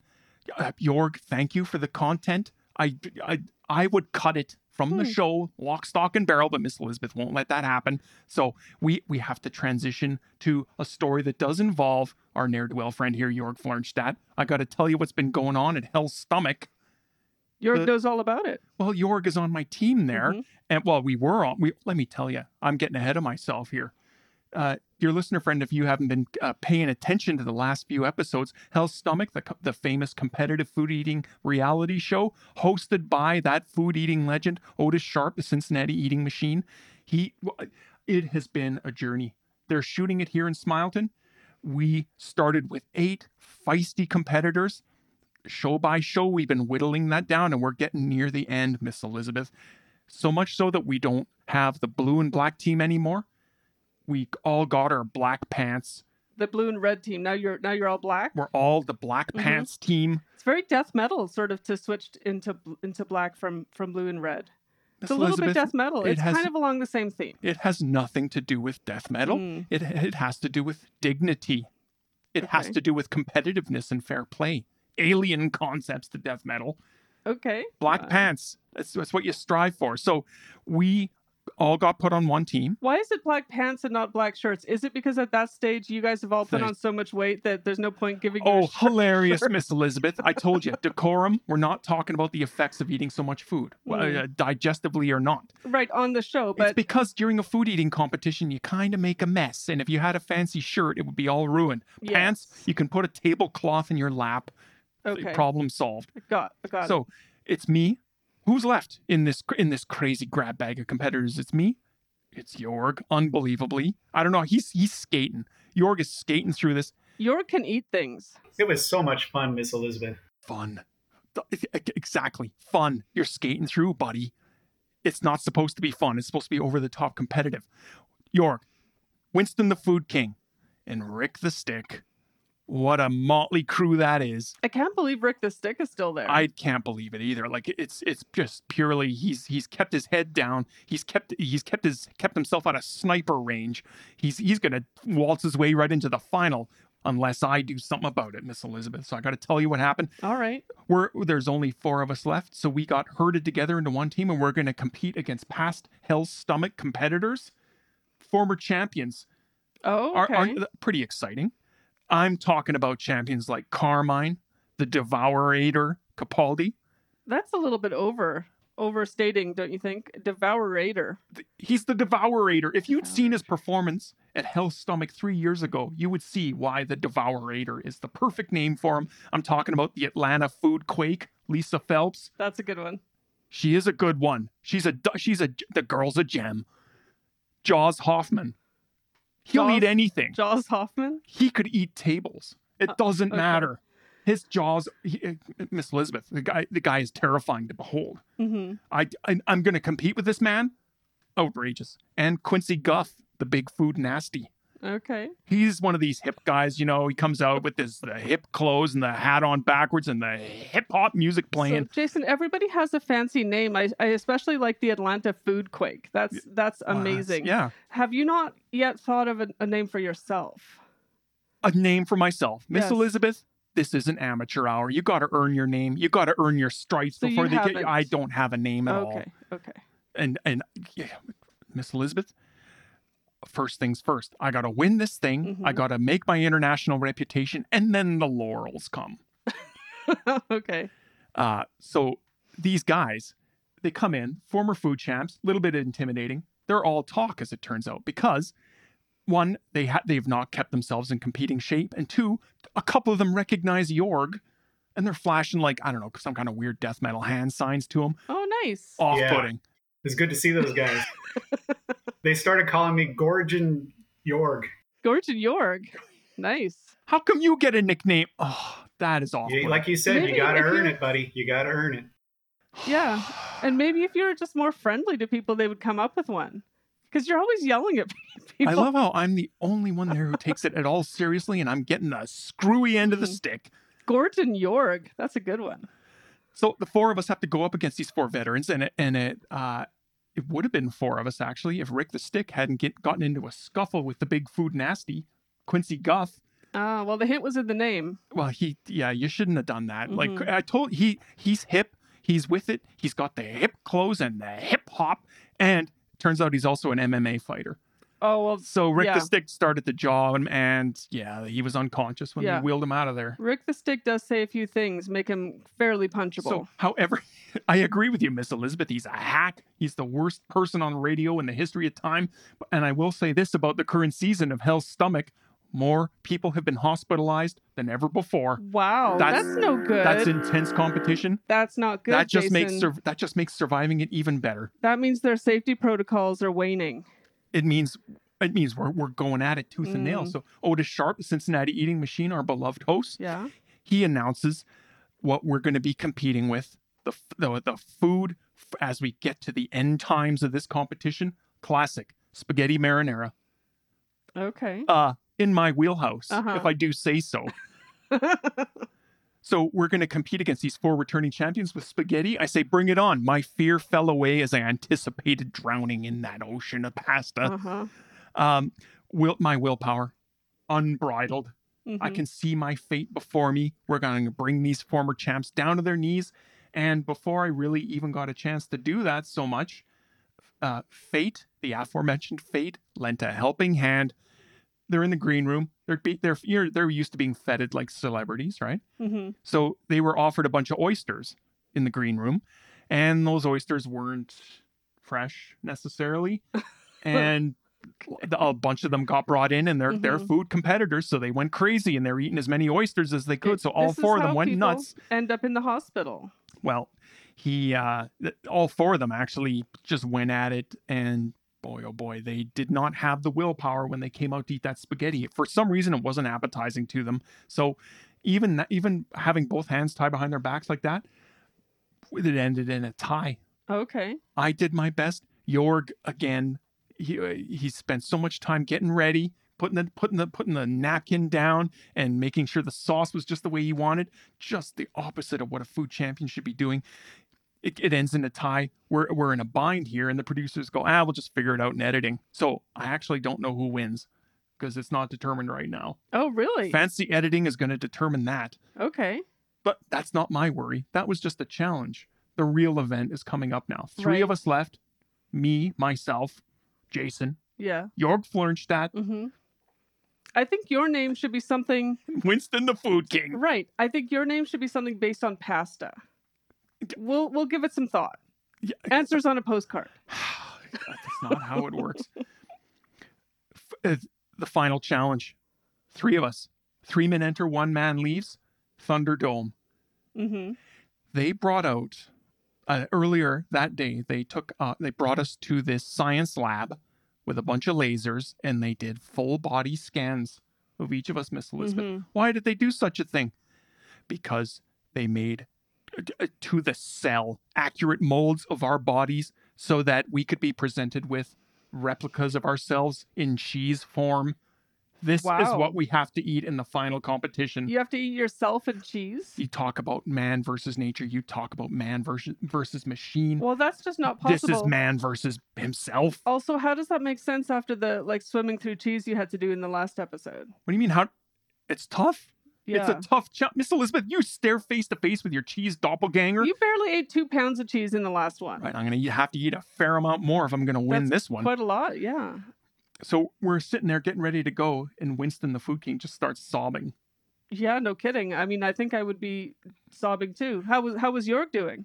Speaker 2: uh, Jorg, thank you for the content. I, I, I would cut it from the
Speaker 1: Hmm.
Speaker 2: show, lock, stock, and barrel, but Miss Elizabeth won't let that happen. So we we have to transition to a story that does involve our ne'er do well friend here, Jorg Flernstadt. I got to tell you what's been going on at Hell's Stomach.
Speaker 1: Jorg
Speaker 2: Uh,
Speaker 1: knows all about it.
Speaker 2: Well, Jorg is on my team there,
Speaker 1: Mhm.
Speaker 2: and well, we were on. We let me tell you, I'm getting ahead of myself here. Uh, dear listener friend, if you haven't been uh, paying attention to the last few episodes, Hell's Stomach, the, co- the famous competitive food eating reality show hosted by that food eating legend Otis Sharp, the Cincinnati Eating Machine, he, it has been a journey. They're shooting it here in Smileton. We started with eight feisty competitors show by show, we've been whittling that down and we're getting near the end, Miss Elizabeth. So much so that we don't have the blue and black team anymore. We all got our black pants.
Speaker 1: The blue and red team. Now you're now you're all black.
Speaker 2: We're all the black
Speaker 1: Mhm.
Speaker 2: pants team.
Speaker 1: It's very death metal, sort of, to switch into bl- into black from from blue and red. It's
Speaker 2: Miss
Speaker 1: a little bit death metal.
Speaker 2: it
Speaker 1: it's
Speaker 2: has-
Speaker 1: kind of along the same theme.
Speaker 2: It has nothing to do with death metal.
Speaker 1: Mm.
Speaker 2: It, it has to do with dignity. It has
Speaker 1: Okay.
Speaker 2: to do with competitiveness and fair play. alien concepts to death metal.
Speaker 1: Okay. Uh,
Speaker 2: Black
Speaker 1: Wow.
Speaker 2: pants. That's, that's what you strive for. So we all got put on one team.
Speaker 1: Why is it black pants and not black shirts? Is it because at that stage you guys have all put
Speaker 2: Thanks.
Speaker 1: on so much weight that there's no point giving you
Speaker 2: Oh,
Speaker 1: a sh-
Speaker 2: hilarious, Miss Elizabeth. I told you, decorum. We're not talking about the effects of eating so much food, well,
Speaker 1: Mm.
Speaker 2: uh, digestively or not.
Speaker 1: <laughs> right on the show,
Speaker 2: it's
Speaker 1: but
Speaker 2: because during a food eating competition, you kind of make a mess. And if you had a fancy shirt, it would be all ruined.
Speaker 1: yes.
Speaker 2: Pants, you can put a tablecloth in your lap. uh,
Speaker 1: Okay.
Speaker 2: Problem solved.
Speaker 1: got got it.
Speaker 2: so it's me. Who's left in this in this crazy grab bag of competitors? It's me. It's Jorg. Unbelievably, I don't know. He's he's skating. Jorg is skating through this
Speaker 1: York can eat things.
Speaker 3: It was so much fun, Miss Elizabeth.
Speaker 2: fun. Th- e-, Exactly, fun. You're skating through, buddy. It's not supposed to be fun. It's supposed to be over the top competitive. York, Winston the Food King, and Rick the Stick. What a motley crew that is.
Speaker 1: I can't believe Rick the Stick is still there.
Speaker 2: I can't believe it either. Like it's it's just purely he's he's kept his head down. He's kept he's kept his kept himself out of sniper range. He's he's gonna waltz his way right into the final unless I do something about it, Miss Elizabeth. So I got to tell you what happened.
Speaker 1: all right.
Speaker 2: We're there's only four of us left, so we got herded together into one team, and we're gonna compete against past Hell's Stomach competitors, former champions.
Speaker 1: Oh,
Speaker 2: Are,
Speaker 1: okay.
Speaker 2: are pretty exciting. I'm talking about champions like Carmine, the Devourator, Capaldi.
Speaker 1: That's a little bit over overstating, don't you think? Devourator.
Speaker 2: th- he's the devourator. If you'd seen his performance at Hell's Stomach three years ago, you would see why the devourator is the perfect name for him. I'm talking about the Atlanta food quake, Lisa Phelps.
Speaker 1: That's a good one.
Speaker 2: She is a good one. She's a du- she's a the girl's a gem. Jaws Hoffman. He'll
Speaker 1: Jaws-
Speaker 2: eat anything.
Speaker 1: Jaws Hoffman.
Speaker 2: He could eat tables. It doesn't
Speaker 1: Uh, okay.
Speaker 2: matter. His jaws, he, uh, Miss Elizabeth, the guy, the guy is terrifying to behold.
Speaker 1: hmm
Speaker 2: I, I am going to compete with this man. Outrageous. And Quincy Guff, the big food nasty.
Speaker 1: Okay.
Speaker 2: He's one of these hip guys, you know. He comes out with his the hip clothes and the hat on backwards and the hip hop music playing.
Speaker 1: So, Jason, everybody has a fancy name. I, I especially like the Atlanta Food Quake. That's that's
Speaker 2: Wow, that's-
Speaker 1: amazing.
Speaker 2: yeah,
Speaker 1: Have you not yet thought of a, a name for yourself?
Speaker 2: a name for myself, Miss
Speaker 1: Yes.
Speaker 2: Elizabeth. This is an amateur hour. You got to earn your name. You got to earn your stripes
Speaker 1: So you
Speaker 2: before they get
Speaker 1: haven't.
Speaker 2: you. I don't have a name at all.
Speaker 1: Okay. Okay. <laughs>
Speaker 2: and and yeah, Miss Elizabeth, first things first. I gotta win this thing. I
Speaker 1: Mhm.
Speaker 2: gotta make my international reputation, and then the laurels come.
Speaker 1: okay.
Speaker 2: Uh, so these guys, they come in, former food champs, a little bit intimidating. They're all talk, as it turns out, because one, they ha- they've not kept themselves in competing shape, and two, a couple of them recognize Jorg, and they're flashing like I don't know some kind of weird death metal hand signs to him,
Speaker 1: Oh, nice.
Speaker 2: off-putting.
Speaker 3: It's good to see those guys. they started calling me Gorgon Jorg.
Speaker 1: Gorgon Yorg. Nice.
Speaker 2: How come you get a nickname? Oh, that is awful.
Speaker 3: You, like you said,
Speaker 1: Maybe
Speaker 3: you gotta
Speaker 1: if you-
Speaker 3: earn it, buddy. You gotta earn it.
Speaker 1: Yeah. And maybe if you were just more friendly to people, they would come up with one. Because you're always yelling at <laughs> people.
Speaker 2: I love how I'm the only one there who takes it at all seriously, and I'm getting the screwy end of the
Speaker 1: Mhm.
Speaker 2: stick.
Speaker 1: Gorton Yorg. That's a good one.
Speaker 2: So the four of us have to go up against these four veterans, and it, and it uh, it would have been four of us actually if Rick the Stick hadn't get, gotten into a scuffle with the big food nasty Quincy Guff.
Speaker 1: Ah, well, the hint was in the name.
Speaker 2: Well, he yeah, you shouldn't have done that. Like
Speaker 1: Mhm.
Speaker 2: I told he he's hip, he's with it, he's got the hip clothes and the hip hop, and turns out he's also an MMA fighter.
Speaker 1: Oh, well,
Speaker 2: So Rick
Speaker 1: Yeah.
Speaker 2: the Stick started the jaw, and, and yeah, he was unconscious when
Speaker 1: Yeah.
Speaker 2: we wheeled him out of there.
Speaker 1: Rick the Stick does say a few things, make him fairly punchable.
Speaker 2: So, however, <laughs> I agree with you, Miss Elizabeth. He's a hack. He's the worst person on radio in the history of time. And I will say this about the current season of Hell's Stomach: more people have been hospitalized than ever before.
Speaker 1: wow. That's,
Speaker 2: That's-
Speaker 1: no good.
Speaker 2: That's intense competition.
Speaker 1: That's not good.
Speaker 2: that just makes
Speaker 1: Jason.
Speaker 2: sur- that just makes surviving it even better.
Speaker 1: that means their safety protocols are waning.
Speaker 2: It means it means we're we're going at it tooth and nail.
Speaker 1: Mm.
Speaker 2: So Otis Sharp, Cincinnati Eating Machine, our beloved host,
Speaker 1: Yeah.
Speaker 2: he announces what we're going to be competing with the f- the, the food f- as we get to the end times of this competition classic spaghetti marinara
Speaker 1: Okay. <laughs>
Speaker 2: uh in my wheelhouse
Speaker 1: Uh-huh.
Speaker 2: if i do say so so we're going to compete against these four returning champions with spaghetti i say bring it on my fear fell away as i anticipated drowning in that
Speaker 1: Uh-huh.
Speaker 2: ocean of pasta
Speaker 1: Uh huh.
Speaker 2: um will my willpower unbridled <laughs>
Speaker 1: Mm-hmm.
Speaker 2: I can see my fate before me. We're going to bring these former champs down to their knees. And before I really even got a chance to do that so much, uh, fate, the aforementioned fate, lent a helping hand. They're in the green room. They're be- they're you're, they're used to being feted like celebrities, right?
Speaker 1: Mm-hmm.
Speaker 2: So they were offered a bunch of oysters in the green room, and those oysters weren't fresh
Speaker 1: <laughs>
Speaker 2: necessarily. and the- a bunch of them got brought in, and they're they're
Speaker 1: Mhm.
Speaker 2: food competitors, so they went crazy and they're eating as many oysters as they could. So all
Speaker 1: This is
Speaker 2: four of
Speaker 1: how
Speaker 2: them went
Speaker 1: people
Speaker 2: nuts.
Speaker 1: End up in the hospital.
Speaker 2: Well, he uh, th- all four of them actually just went at it, and boy, oh boy, they did not have the willpower when they came out to eat that spaghetti. For some reason, it wasn't appetizing to them. So even tha- even having both hands tied behind their backs like that, it ended in a tie.
Speaker 1: Okay.
Speaker 2: I did my best. Jorg again. He uh, he spent so much time getting ready, putting the putting the putting the napkin down, and making sure the sauce was just the way he wanted. Just the opposite of what a food champion should be doing. It, it ends in a tie. We're we're in a bind here, and the producers go, ah, we'll just figure it out in editing. So I actually don't know who wins because it's not determined right now.
Speaker 1: Oh, really?
Speaker 2: Fancy editing is going to determine that.
Speaker 1: okay.
Speaker 2: But that's not my worry. That was just a challenge. The real event is coming up now. Three of
Speaker 1: Right.
Speaker 2: us left me, myself, Jason,
Speaker 1: Yeah.
Speaker 2: Jorg Flernstadt,
Speaker 1: Mm-hmm. I think your name should be something.
Speaker 2: and <laughs> Winston the Food King. <sighs>
Speaker 1: Right. I think your name should be something based on pasta. We'll we'll give it some thought.
Speaker 2: Yeah.
Speaker 1: Answers on a postcard.
Speaker 2: that's not how it works. F- uh, the final challenge three of us, three men enter, one man leaves, Thunderdome.
Speaker 1: Mm-hmm.
Speaker 2: they brought out uh, earlier that day they took uh, they brought us to this science lab with a bunch of lasers and they did full body scans of each of us miss elizabeth
Speaker 1: Mhm.
Speaker 2: why did they do such a thing because they made uh, to the cell accurate molds of our bodies so that we could be presented with replicas of ourselves in cheese form this is
Speaker 1: Wow.
Speaker 2: what we have to eat in the final competition
Speaker 1: You have to eat yourself and cheese.
Speaker 2: you talk about man versus nature. You talk about man versus versus machine.
Speaker 1: Well, that's just not
Speaker 2: this
Speaker 1: possible. Oh.
Speaker 2: is man versus himself.
Speaker 1: Also, how does that make sense after the like swimming through cheese you had to do in the last episode?
Speaker 2: What do you mean? How? It's tough.
Speaker 1: Yeah.
Speaker 2: It's a tough challenge, Miss Elizabeth. You stare face to face with your cheese doppelganger.
Speaker 1: you barely ate two pounds of cheese in the last one.
Speaker 2: Right, I'm gonna eat- have to eat a fair amount more if I'm gonna win this one.
Speaker 1: Quite a lot, yeah.
Speaker 2: So we're sitting there getting ready to go, and Winston the Food King just starts sobbing.
Speaker 1: Yeah, no kidding. I mean, I think I would be sobbing too. How was how was York doing?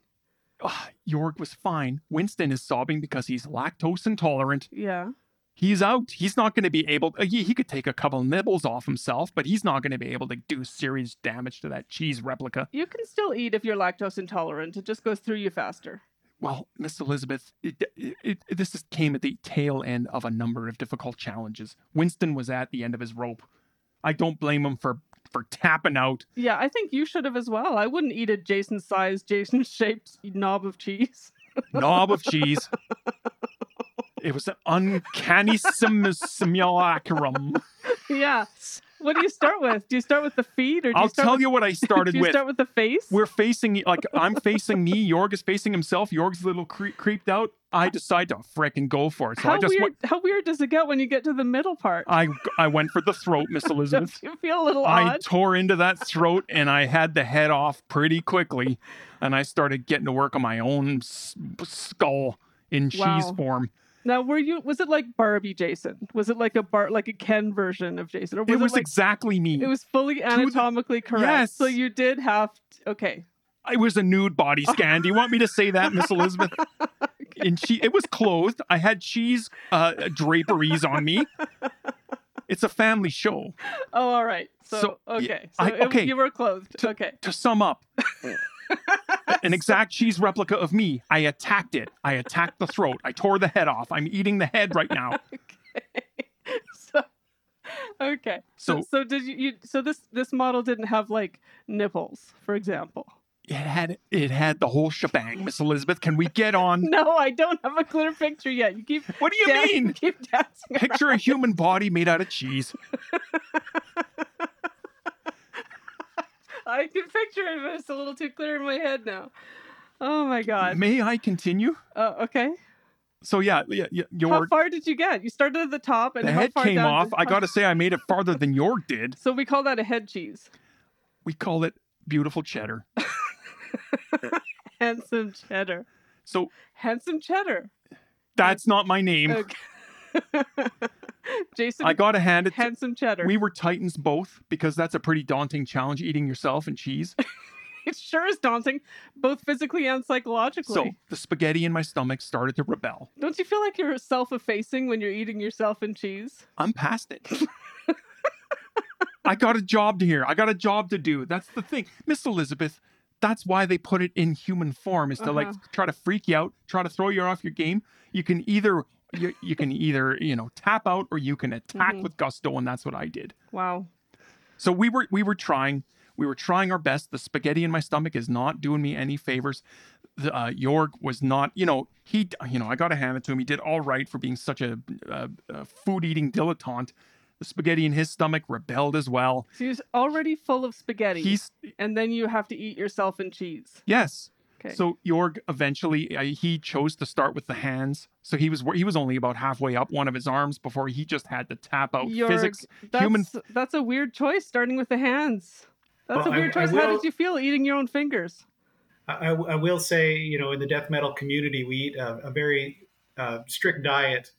Speaker 2: Ugh, York was fine. Winston is sobbing because he's lactose intolerant.
Speaker 1: Yeah.
Speaker 2: he's out. He's not going to be able. uh, He, he could take a couple nibbles off himself, but he's not going to be able to do serious damage to that cheese replica.
Speaker 1: You can still eat if you're lactose intolerant. It just goes through you faster.
Speaker 2: Well, Miss Elizabeth, it, it, it- this is, came at the tail end of a number of difficult challenges. Winston was at the end of his rope. I don't blame him for for tapping out.
Speaker 1: Yeah, I think you should have as well. I wouldn't eat a Jason sized, Jason shaped knob of cheese. <laughs>
Speaker 2: Knob of cheese. It was an uncanny sim- simulacrum.
Speaker 1: yeah. What do you start with? Do you start with the feet or do
Speaker 2: I'll
Speaker 1: you start
Speaker 2: tell
Speaker 1: with,
Speaker 2: you what I started
Speaker 1: do you
Speaker 2: with.
Speaker 1: start with the face?
Speaker 2: we're facing like I'm facing me. Jorg is facing himself. Jorg's a little cre- creeped out. I decide to frickin' go for it. So
Speaker 1: how
Speaker 2: I just
Speaker 1: weird
Speaker 2: went.
Speaker 1: how weird does it get when you get to the middle part?
Speaker 2: I I went for the throat,
Speaker 1: <laughs>
Speaker 2: Miss Elizabeth.
Speaker 1: Don't you feel a little
Speaker 2: I
Speaker 1: odd?
Speaker 2: tore into that throat and I had the head off pretty quickly, and I started getting to work on my own s- skull in cheese
Speaker 1: Wow.
Speaker 2: form.
Speaker 1: Now, were you? Was it like Barbie Jason? Was it like a bar, like a Ken version of Jason, or was
Speaker 2: It
Speaker 1: it,
Speaker 2: was
Speaker 1: like
Speaker 2: exactly me.
Speaker 1: it
Speaker 2: It was,
Speaker 1: was fully anatomically correct?
Speaker 2: Yes.
Speaker 1: So you did have. t- okay.
Speaker 2: a
Speaker 1: <laughs>
Speaker 2: nude body scan. Do you want me to say that, Miss Elizabeth? And she, it was clothed. I had cheese uh, draperies
Speaker 1: <laughs>
Speaker 2: on me. It's a family show.
Speaker 1: Oh, all right. So,
Speaker 2: So, yeah,
Speaker 1: okay. So
Speaker 2: I-
Speaker 1: it-
Speaker 2: okay.
Speaker 1: you were clothed. okay. <laughs>
Speaker 2: to sum up, an exact cheese replica of me. I attacked it. I attacked the throat. I tore the head off. I'm eating the head right now.
Speaker 1: So, okay.
Speaker 2: So
Speaker 1: so, did you, you? So this this model didn't have like nipples, for example. <laughs>
Speaker 2: it had it had the whole shebang, Miss Elizabeth. Can we get on?
Speaker 1: No, I don't have a clear picture yet. You keep.
Speaker 2: What do you
Speaker 1: dan- <laughs>
Speaker 2: mean?
Speaker 1: Keep dancing. around.
Speaker 2: Picture a human body made out of cheese.
Speaker 1: I can picture it, but it's a little too clear in my head now. Oh my god.
Speaker 2: May I continue?
Speaker 1: Uh, okay.
Speaker 2: So yeah, yeah, yeah
Speaker 1: How
Speaker 2: Jorg.
Speaker 1: far did you get? You started at the top, and
Speaker 2: The
Speaker 1: how
Speaker 2: head
Speaker 1: far
Speaker 2: came
Speaker 1: down
Speaker 2: off.
Speaker 1: did-
Speaker 2: I gotta say, I made it farther than York did.
Speaker 1: So we call that a head cheese. <laughs>
Speaker 2: We call it beautiful cheddar.
Speaker 1: Handsome cheddar. <laughs>
Speaker 2: So
Speaker 1: Handsome cheddar. <laughs>
Speaker 2: that's not my name.
Speaker 1: Okay. Jason,
Speaker 2: I gotta hand it. To,
Speaker 1: handsome cheddar.
Speaker 2: <laughs> we were titans both because that's a pretty daunting challenge eating yourself and cheese.
Speaker 1: It sure is daunting, both physically and psychologically.
Speaker 2: So the spaghetti in my stomach started to rebel.
Speaker 1: Don't you feel like you're self-effacing when you're eating yourself in cheese?
Speaker 2: I'm past it. I got a job to hear. I got a job to do. That's the thing, Miss Elizabeth. That's why they put it in human form is to
Speaker 1: Uh-huh.
Speaker 2: like try to freak you out, try to throw you off your game. You can either you, you can either you know tap out or you can attack
Speaker 1: Mhm.
Speaker 2: with gusto, and that's what I did.
Speaker 1: Wow.
Speaker 2: So we were we were trying we were trying our best. The spaghetti in my stomach is not doing me any favors. The, uh, York was not, you know, he, you know, I got to hand it to him. He did all right for being such a, uh uh food eating dilettante. The spaghetti in his stomach rebelled as well.
Speaker 1: So you're already full of spaghetti,
Speaker 2: He's
Speaker 1: and then you have to eat yourself in cheese.
Speaker 2: yes.
Speaker 1: Okay.
Speaker 2: So Jorg eventually uh, he chose to start with the hands. So he was he was only about halfway up one of his arms before he just had to tap out
Speaker 1: Jorg,
Speaker 2: uh, physics.
Speaker 1: that's,
Speaker 2: human-
Speaker 1: That's a weird choice, starting with the hands. That's
Speaker 3: Well,
Speaker 1: a
Speaker 3: I-
Speaker 1: weird
Speaker 3: I
Speaker 1: choice. How
Speaker 3: will-
Speaker 1: did you feel eating your own fingers?
Speaker 3: I, I- I will say, you know, in the death metal community, we eat a, a very uh, strict diet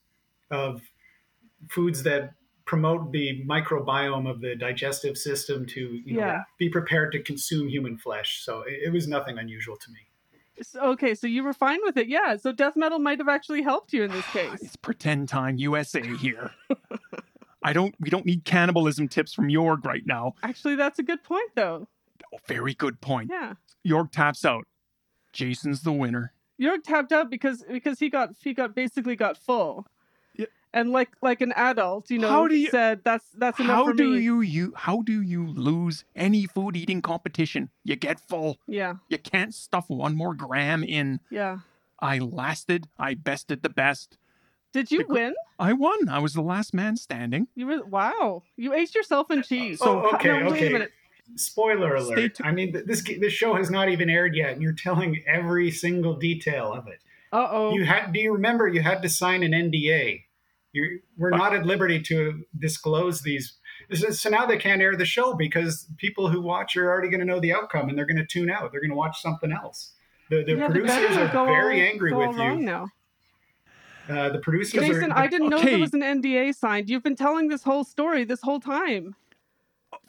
Speaker 3: of foods that promote the microbiome of the digestive system to, you know,
Speaker 1: Yeah.
Speaker 3: be prepared to consume human flesh. So it, it was nothing unusual to me.
Speaker 1: S- Okay, so you were fine with it, yeah. So death metal might have actually helped you in
Speaker 3: <sighs>
Speaker 1: this case.
Speaker 2: It's pretend time USA here. I don't we don't need cannibalism tips from Jorg right now.
Speaker 1: Actually, that's a good point, though.
Speaker 2: Oh, very good point.
Speaker 1: Yeah,
Speaker 2: Jorg taps out. Jason's the winner.
Speaker 1: York tapped out because because he got he got basically got full,
Speaker 2: Yeah.
Speaker 1: and like like an adult, you know,
Speaker 2: How do you-
Speaker 1: said that's that's enough
Speaker 2: How
Speaker 1: for
Speaker 2: do
Speaker 1: me.
Speaker 2: you you how do you lose any food eating competition? You get full.
Speaker 1: Yeah,
Speaker 2: You can't stuff one more gram in.
Speaker 1: yeah.
Speaker 2: I lasted. I bested the best.
Speaker 1: Did you
Speaker 2: The gr-
Speaker 1: win?
Speaker 2: I won. I was the last man standing.
Speaker 1: You were wow. You ate yourself in cheese.
Speaker 3: So,
Speaker 1: How-
Speaker 3: Oh, okay,
Speaker 1: no, wait a
Speaker 3: okay.
Speaker 1: minute.
Speaker 3: Spoiler
Speaker 2: Stay
Speaker 3: alert!
Speaker 2: tu-
Speaker 3: I mean, th- this g- this show has not even aired yet, and you're telling every single detail of it.
Speaker 1: Uh oh.
Speaker 3: You had. Do you remember you had to sign an NDA? You're, we're not at liberty to disclose these. This is- So now they can't air the show because people who watch are already going to know the outcome and they're going to tune out. They're going to watch something else. The, the
Speaker 1: yeah, the
Speaker 3: producers
Speaker 1: betters
Speaker 3: are
Speaker 1: go
Speaker 3: very
Speaker 1: all-
Speaker 3: angry
Speaker 1: go all
Speaker 3: with
Speaker 1: wrong
Speaker 3: you.
Speaker 1: now.
Speaker 3: Uh, the producers
Speaker 1: Jason,
Speaker 3: are.
Speaker 1: I didn't know there
Speaker 2: okay.
Speaker 1: was an NDA signed. You've been telling this whole story this whole time.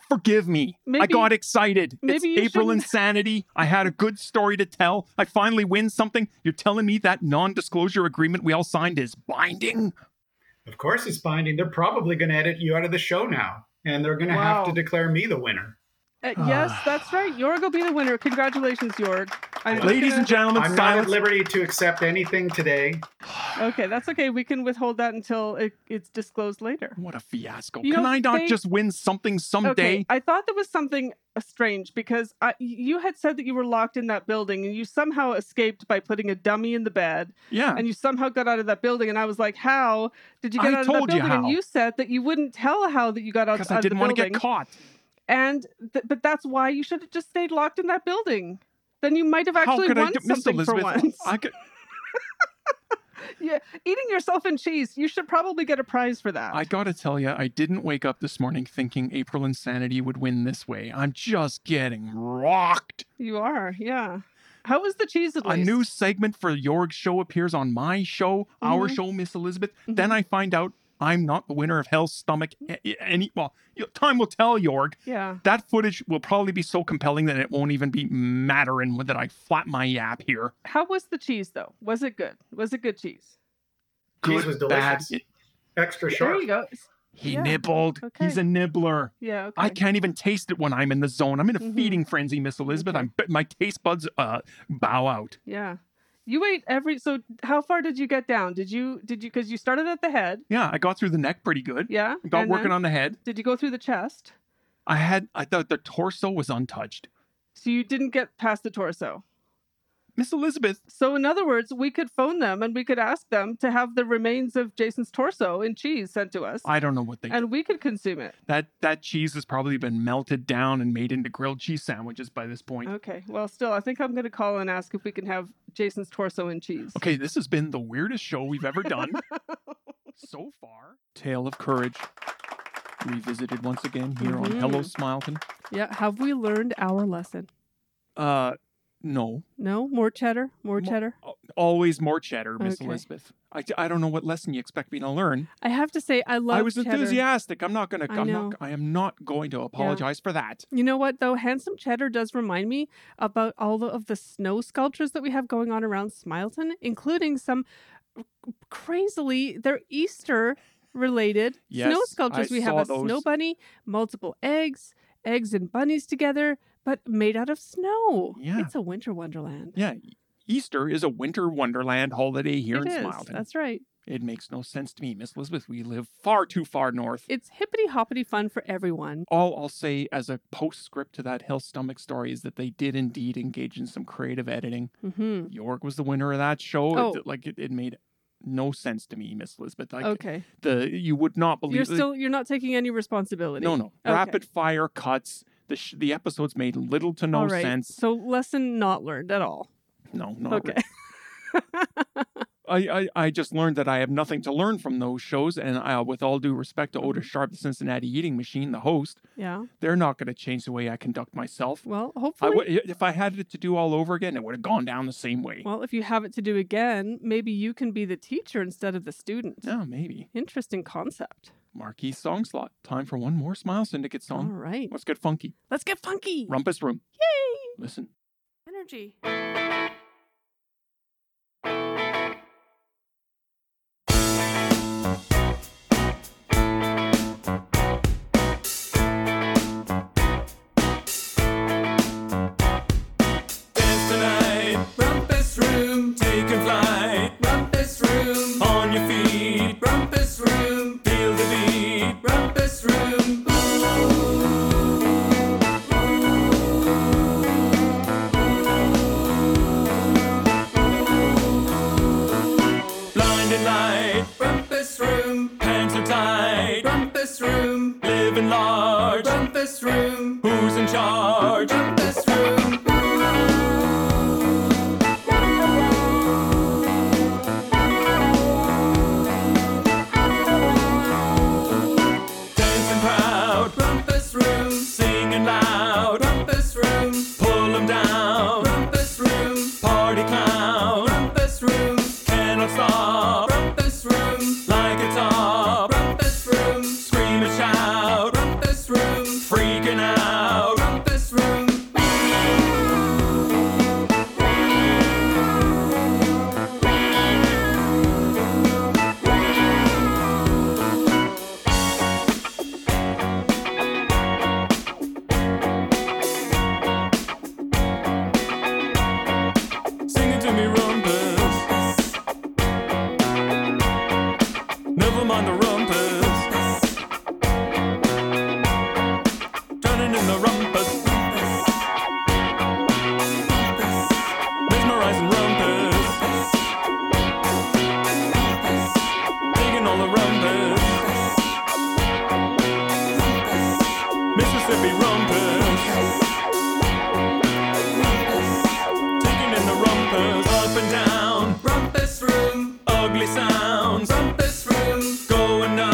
Speaker 2: Forgive me. I
Speaker 1: Maybe-
Speaker 2: got excited.
Speaker 1: maybe you
Speaker 2: it's April
Speaker 1: shouldn't-
Speaker 2: insanity. I had a good story to tell. I finally win something. You're telling me that non-disclosure agreement we all signed is binding?
Speaker 3: of course, it's binding. They're probably going to edit you out of the show now, and they're going to
Speaker 1: Wow.
Speaker 3: have to declare me the winner.
Speaker 1: Uh,
Speaker 2: Ah.
Speaker 1: yes, that's right. Jorg will be the winner. Congratulations, Jorg. I'm just
Speaker 2: Ladies and
Speaker 1: gonna-
Speaker 2: gentlemen,
Speaker 3: I'm not at
Speaker 2: silence.
Speaker 3: liberty to accept anything today.
Speaker 1: Okay, that's okay. We can withhold that until it, it's disclosed later.
Speaker 2: What a fiasco.
Speaker 1: You
Speaker 2: Can
Speaker 1: don't
Speaker 2: I not
Speaker 1: think-
Speaker 2: just win something someday?
Speaker 1: Okay, I thought there was something uh, strange because I, you had said that you were locked in that building and you somehow escaped by putting a dummy in the bed
Speaker 2: yeah.
Speaker 1: and you somehow got out of that building and I was like, how did you get
Speaker 2: I
Speaker 1: out of that
Speaker 2: told you
Speaker 1: building? and
Speaker 2: how.
Speaker 1: you said that you wouldn't tell how that you got out,
Speaker 2: Because
Speaker 1: out
Speaker 2: I
Speaker 1: of the
Speaker 2: didn't want to
Speaker 1: building.
Speaker 2: get caught.
Speaker 1: And th- but that's why you should have just stayed locked in that building. Then you might have
Speaker 2: How
Speaker 1: actually
Speaker 2: could I
Speaker 1: won
Speaker 2: do Miss
Speaker 1: something for
Speaker 2: Elizabeth?
Speaker 1: once.
Speaker 2: I could,
Speaker 1: yeah, eating yourself in cheese, you should probably get a prize for that.
Speaker 2: I gotta tell you, I didn't wake up this morning thinking April Insanity would win this way. I'm just getting rocked.
Speaker 1: You are, yeah. How was the cheese at
Speaker 2: A
Speaker 1: least?
Speaker 2: new segment for Jorg's show appears on my show, our
Speaker 1: Mhm.
Speaker 2: show, Miss Elizabeth. Then
Speaker 1: Mm-hmm.
Speaker 2: I find out I'm not the winner of Hell's Stomach. a- a- Any well, you- time will tell, Jorg.
Speaker 1: Yeah.
Speaker 2: That footage will probably be so compelling that it won't even be mattering that I flap my yap here.
Speaker 1: How was the cheese though? Was it good? Was it good cheese?
Speaker 3: Cheese was delicious.
Speaker 2: bad.
Speaker 3: Extra
Speaker 1: There
Speaker 3: sharp.
Speaker 1: you go. It's-
Speaker 2: He
Speaker 1: Yeah,
Speaker 2: nibbled.
Speaker 1: okay.
Speaker 2: He's a nibbler.
Speaker 1: Yeah. Okay.
Speaker 2: I can't even taste it when I'm in the zone. I'm in a
Speaker 1: Mhm.
Speaker 2: feeding frenzy, Miss Elizabeth.
Speaker 1: Okay.
Speaker 2: I'm but my taste buds uh bow out.
Speaker 1: Yeah. You ate every. So how far did you get down? Did you did you because you started at the head?
Speaker 2: Yeah, I got through the neck pretty good.
Speaker 1: Yeah.
Speaker 2: I got working
Speaker 1: then
Speaker 2: on the head.
Speaker 1: Did you go through the chest?
Speaker 2: I had I thought the torso was untouched.
Speaker 1: So you didn't get past the torso.
Speaker 2: Miss Elizabeth,
Speaker 1: So, in other words, we could phone them and we could ask them to have the remains of Jason's torso in cheese sent to us,
Speaker 2: I don't know what they
Speaker 1: and we could consume it.
Speaker 2: that that cheese has probably been melted down and made into grilled cheese sandwiches by this point.
Speaker 1: Okay. Well, still, I think I'm going to call and ask if we can have Jason's torso in cheese.
Speaker 2: Okay, this has been the weirdest show we've ever
Speaker 1: <laughs>
Speaker 2: done so far. Tale of Courage. Revisited once again here
Speaker 1: Mm-hmm.
Speaker 2: on Hello Smileton.
Speaker 1: Yeah. Have we learned our lesson?
Speaker 2: Uh no.
Speaker 1: No, more cheddar, more
Speaker 2: More-
Speaker 1: cheddar.
Speaker 2: Al- Always more cheddar, Miss
Speaker 1: Okay.
Speaker 2: Elizabeth. I, d- I don't know what lesson you expect me to learn.
Speaker 1: I have to say, I love.
Speaker 2: I was
Speaker 1: cheddar.
Speaker 2: enthusiastic. I'm not gonna
Speaker 1: I
Speaker 2: I'm
Speaker 1: know.
Speaker 2: not I am not going to apologize for that.
Speaker 1: You know what though? Handsome cheddar does remind me about all the- of the snow sculptures that we have going on around Smileton, including some crazily they're Easter related
Speaker 2: Yes,
Speaker 1: snow sculptures.
Speaker 2: I
Speaker 1: we have
Speaker 2: saw
Speaker 1: a snow
Speaker 2: those.
Speaker 1: bunny, multiple eggs, eggs and bunnies together, but made out of snow.
Speaker 2: Yeah.
Speaker 1: It's a winter wonderland.
Speaker 2: Yeah. Easter is a winter wonderland holiday here
Speaker 1: It
Speaker 2: in
Speaker 1: is.
Speaker 2: Smileton.
Speaker 1: That's right.
Speaker 2: It makes no sense to me, Miss Elizabeth. We live far too far north.
Speaker 1: It's hippity hoppity fun for everyone.
Speaker 2: All I'll say as a postscript to that Hill Stomach story is that they did indeed engage in some creative editing.
Speaker 1: hmm
Speaker 2: York was the winner of that show.
Speaker 1: Oh.
Speaker 2: It, like it, it made no sense to me, Miss Elizabeth. Like
Speaker 1: Okay.
Speaker 2: the you would not believe.
Speaker 1: You're
Speaker 2: like,
Speaker 1: still you're not taking any responsibility.
Speaker 2: no no
Speaker 1: Okay.
Speaker 2: rapid fire cuts. The sh- the episodes made little to no
Speaker 1: all right.
Speaker 2: sense.
Speaker 1: So lesson not learned at all.
Speaker 2: No no.
Speaker 1: Okay. <laughs>
Speaker 2: I, I I just learned that I have nothing to learn from those shows, and I, with all due respect to
Speaker 1: Mm-hmm.
Speaker 2: Otis Sharp, the Cincinnati Eating Machine, the host,
Speaker 1: Yeah.
Speaker 2: they're not going to change the way I conduct myself.
Speaker 1: Well,
Speaker 2: I
Speaker 1: hopefully.
Speaker 2: would, if I had it to do all over again, it would have gone down the same way.
Speaker 1: well, if you have it to do again, maybe you can be the teacher instead of the student.
Speaker 2: yeah, maybe.
Speaker 1: Interesting concept.
Speaker 2: Marquee song slot. Time for one more Smile Syndicate
Speaker 1: All
Speaker 2: song.
Speaker 1: right.
Speaker 2: Let's get funky.
Speaker 1: Let's get funky.
Speaker 2: Rumpus Room.
Speaker 1: Yay!
Speaker 2: Listen.
Speaker 1: Energy.
Speaker 4: Dance tonight,
Speaker 5: Rumpus Room,
Speaker 4: take a flight.
Speaker 5: Rumpus Room,
Speaker 4: On your feet,
Speaker 5: Rumpus Room,
Speaker 4: feel the beat.
Speaker 5: Rumpus Room.
Speaker 4: Blinded light,
Speaker 5: Rumpus Room,
Speaker 4: hands are tied.
Speaker 5: Rumpus Room,
Speaker 4: Living large,
Speaker 5: Rumpus Room,
Speaker 4: who's in charge?
Speaker 5: Rumpus Room.
Speaker 4: Dancing proud,
Speaker 5: Rumpus Room,
Speaker 4: singing loud.
Speaker 5: Rumpus Room,
Speaker 4: Pull 'em down,
Speaker 5: Rumpus Room,
Speaker 4: party clown.
Speaker 5: Rumpus Room,
Speaker 4: Cannot stop,
Speaker 5: Rumpus Room,
Speaker 4: like a top.
Speaker 5: Rumpus Room,
Speaker 4: Scream and shout,
Speaker 5: Rumpus Room,
Speaker 4: freaking out.
Speaker 5: Rumpus Room.
Speaker 4: Sing it to me, rumpus. Never mind the rumpus. Turning in the rumpus. Mesmerizing rumpus. Taking all the rumpus. Mississippi rumpus. Taking in the rumpus. Up and down.
Speaker 5: Rumpus Room,
Speaker 4: Ugly sounds.
Speaker 5: Rumpus Room,
Speaker 4: Going up.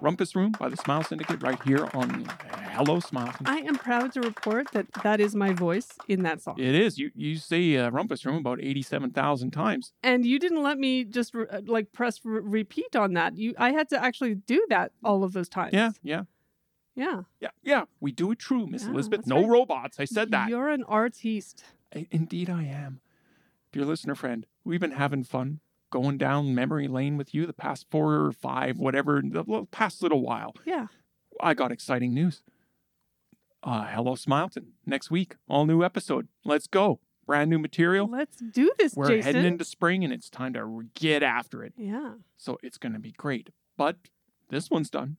Speaker 2: Breakfast Room by the Smile Syndicate right here on Hello Smile Syndicate.
Speaker 1: I am proud to report that that is my voice in that song.
Speaker 2: It is. You you say uh, Rumpus Room about 87,000 times.
Speaker 1: And you didn't let me just re- uh, like press re- repeat on that. You, I had to actually do that all of those times.
Speaker 2: Yeah, yeah.
Speaker 1: Yeah.
Speaker 2: Yeah, yeah. We do it true, Miss
Speaker 1: Yeah,
Speaker 2: Elizabeth.
Speaker 1: Ah, that's
Speaker 2: No
Speaker 1: right.
Speaker 2: robots. I said that.
Speaker 1: You're an artiste.
Speaker 2: I- Indeed, I am. Dear listener friend, we've been having fun going down memory lane with you the past four or five, whatever, the l- past little while.
Speaker 1: Yeah.
Speaker 2: I got exciting news. Uh, Hello, Smileton. Next week, all new episode. Let's go. Brand new material.
Speaker 1: Let's do this,
Speaker 2: We're
Speaker 1: Jason.
Speaker 2: heading into spring and it's time to re- get after it.
Speaker 1: yeah.
Speaker 2: So it's going to be great. But this one's done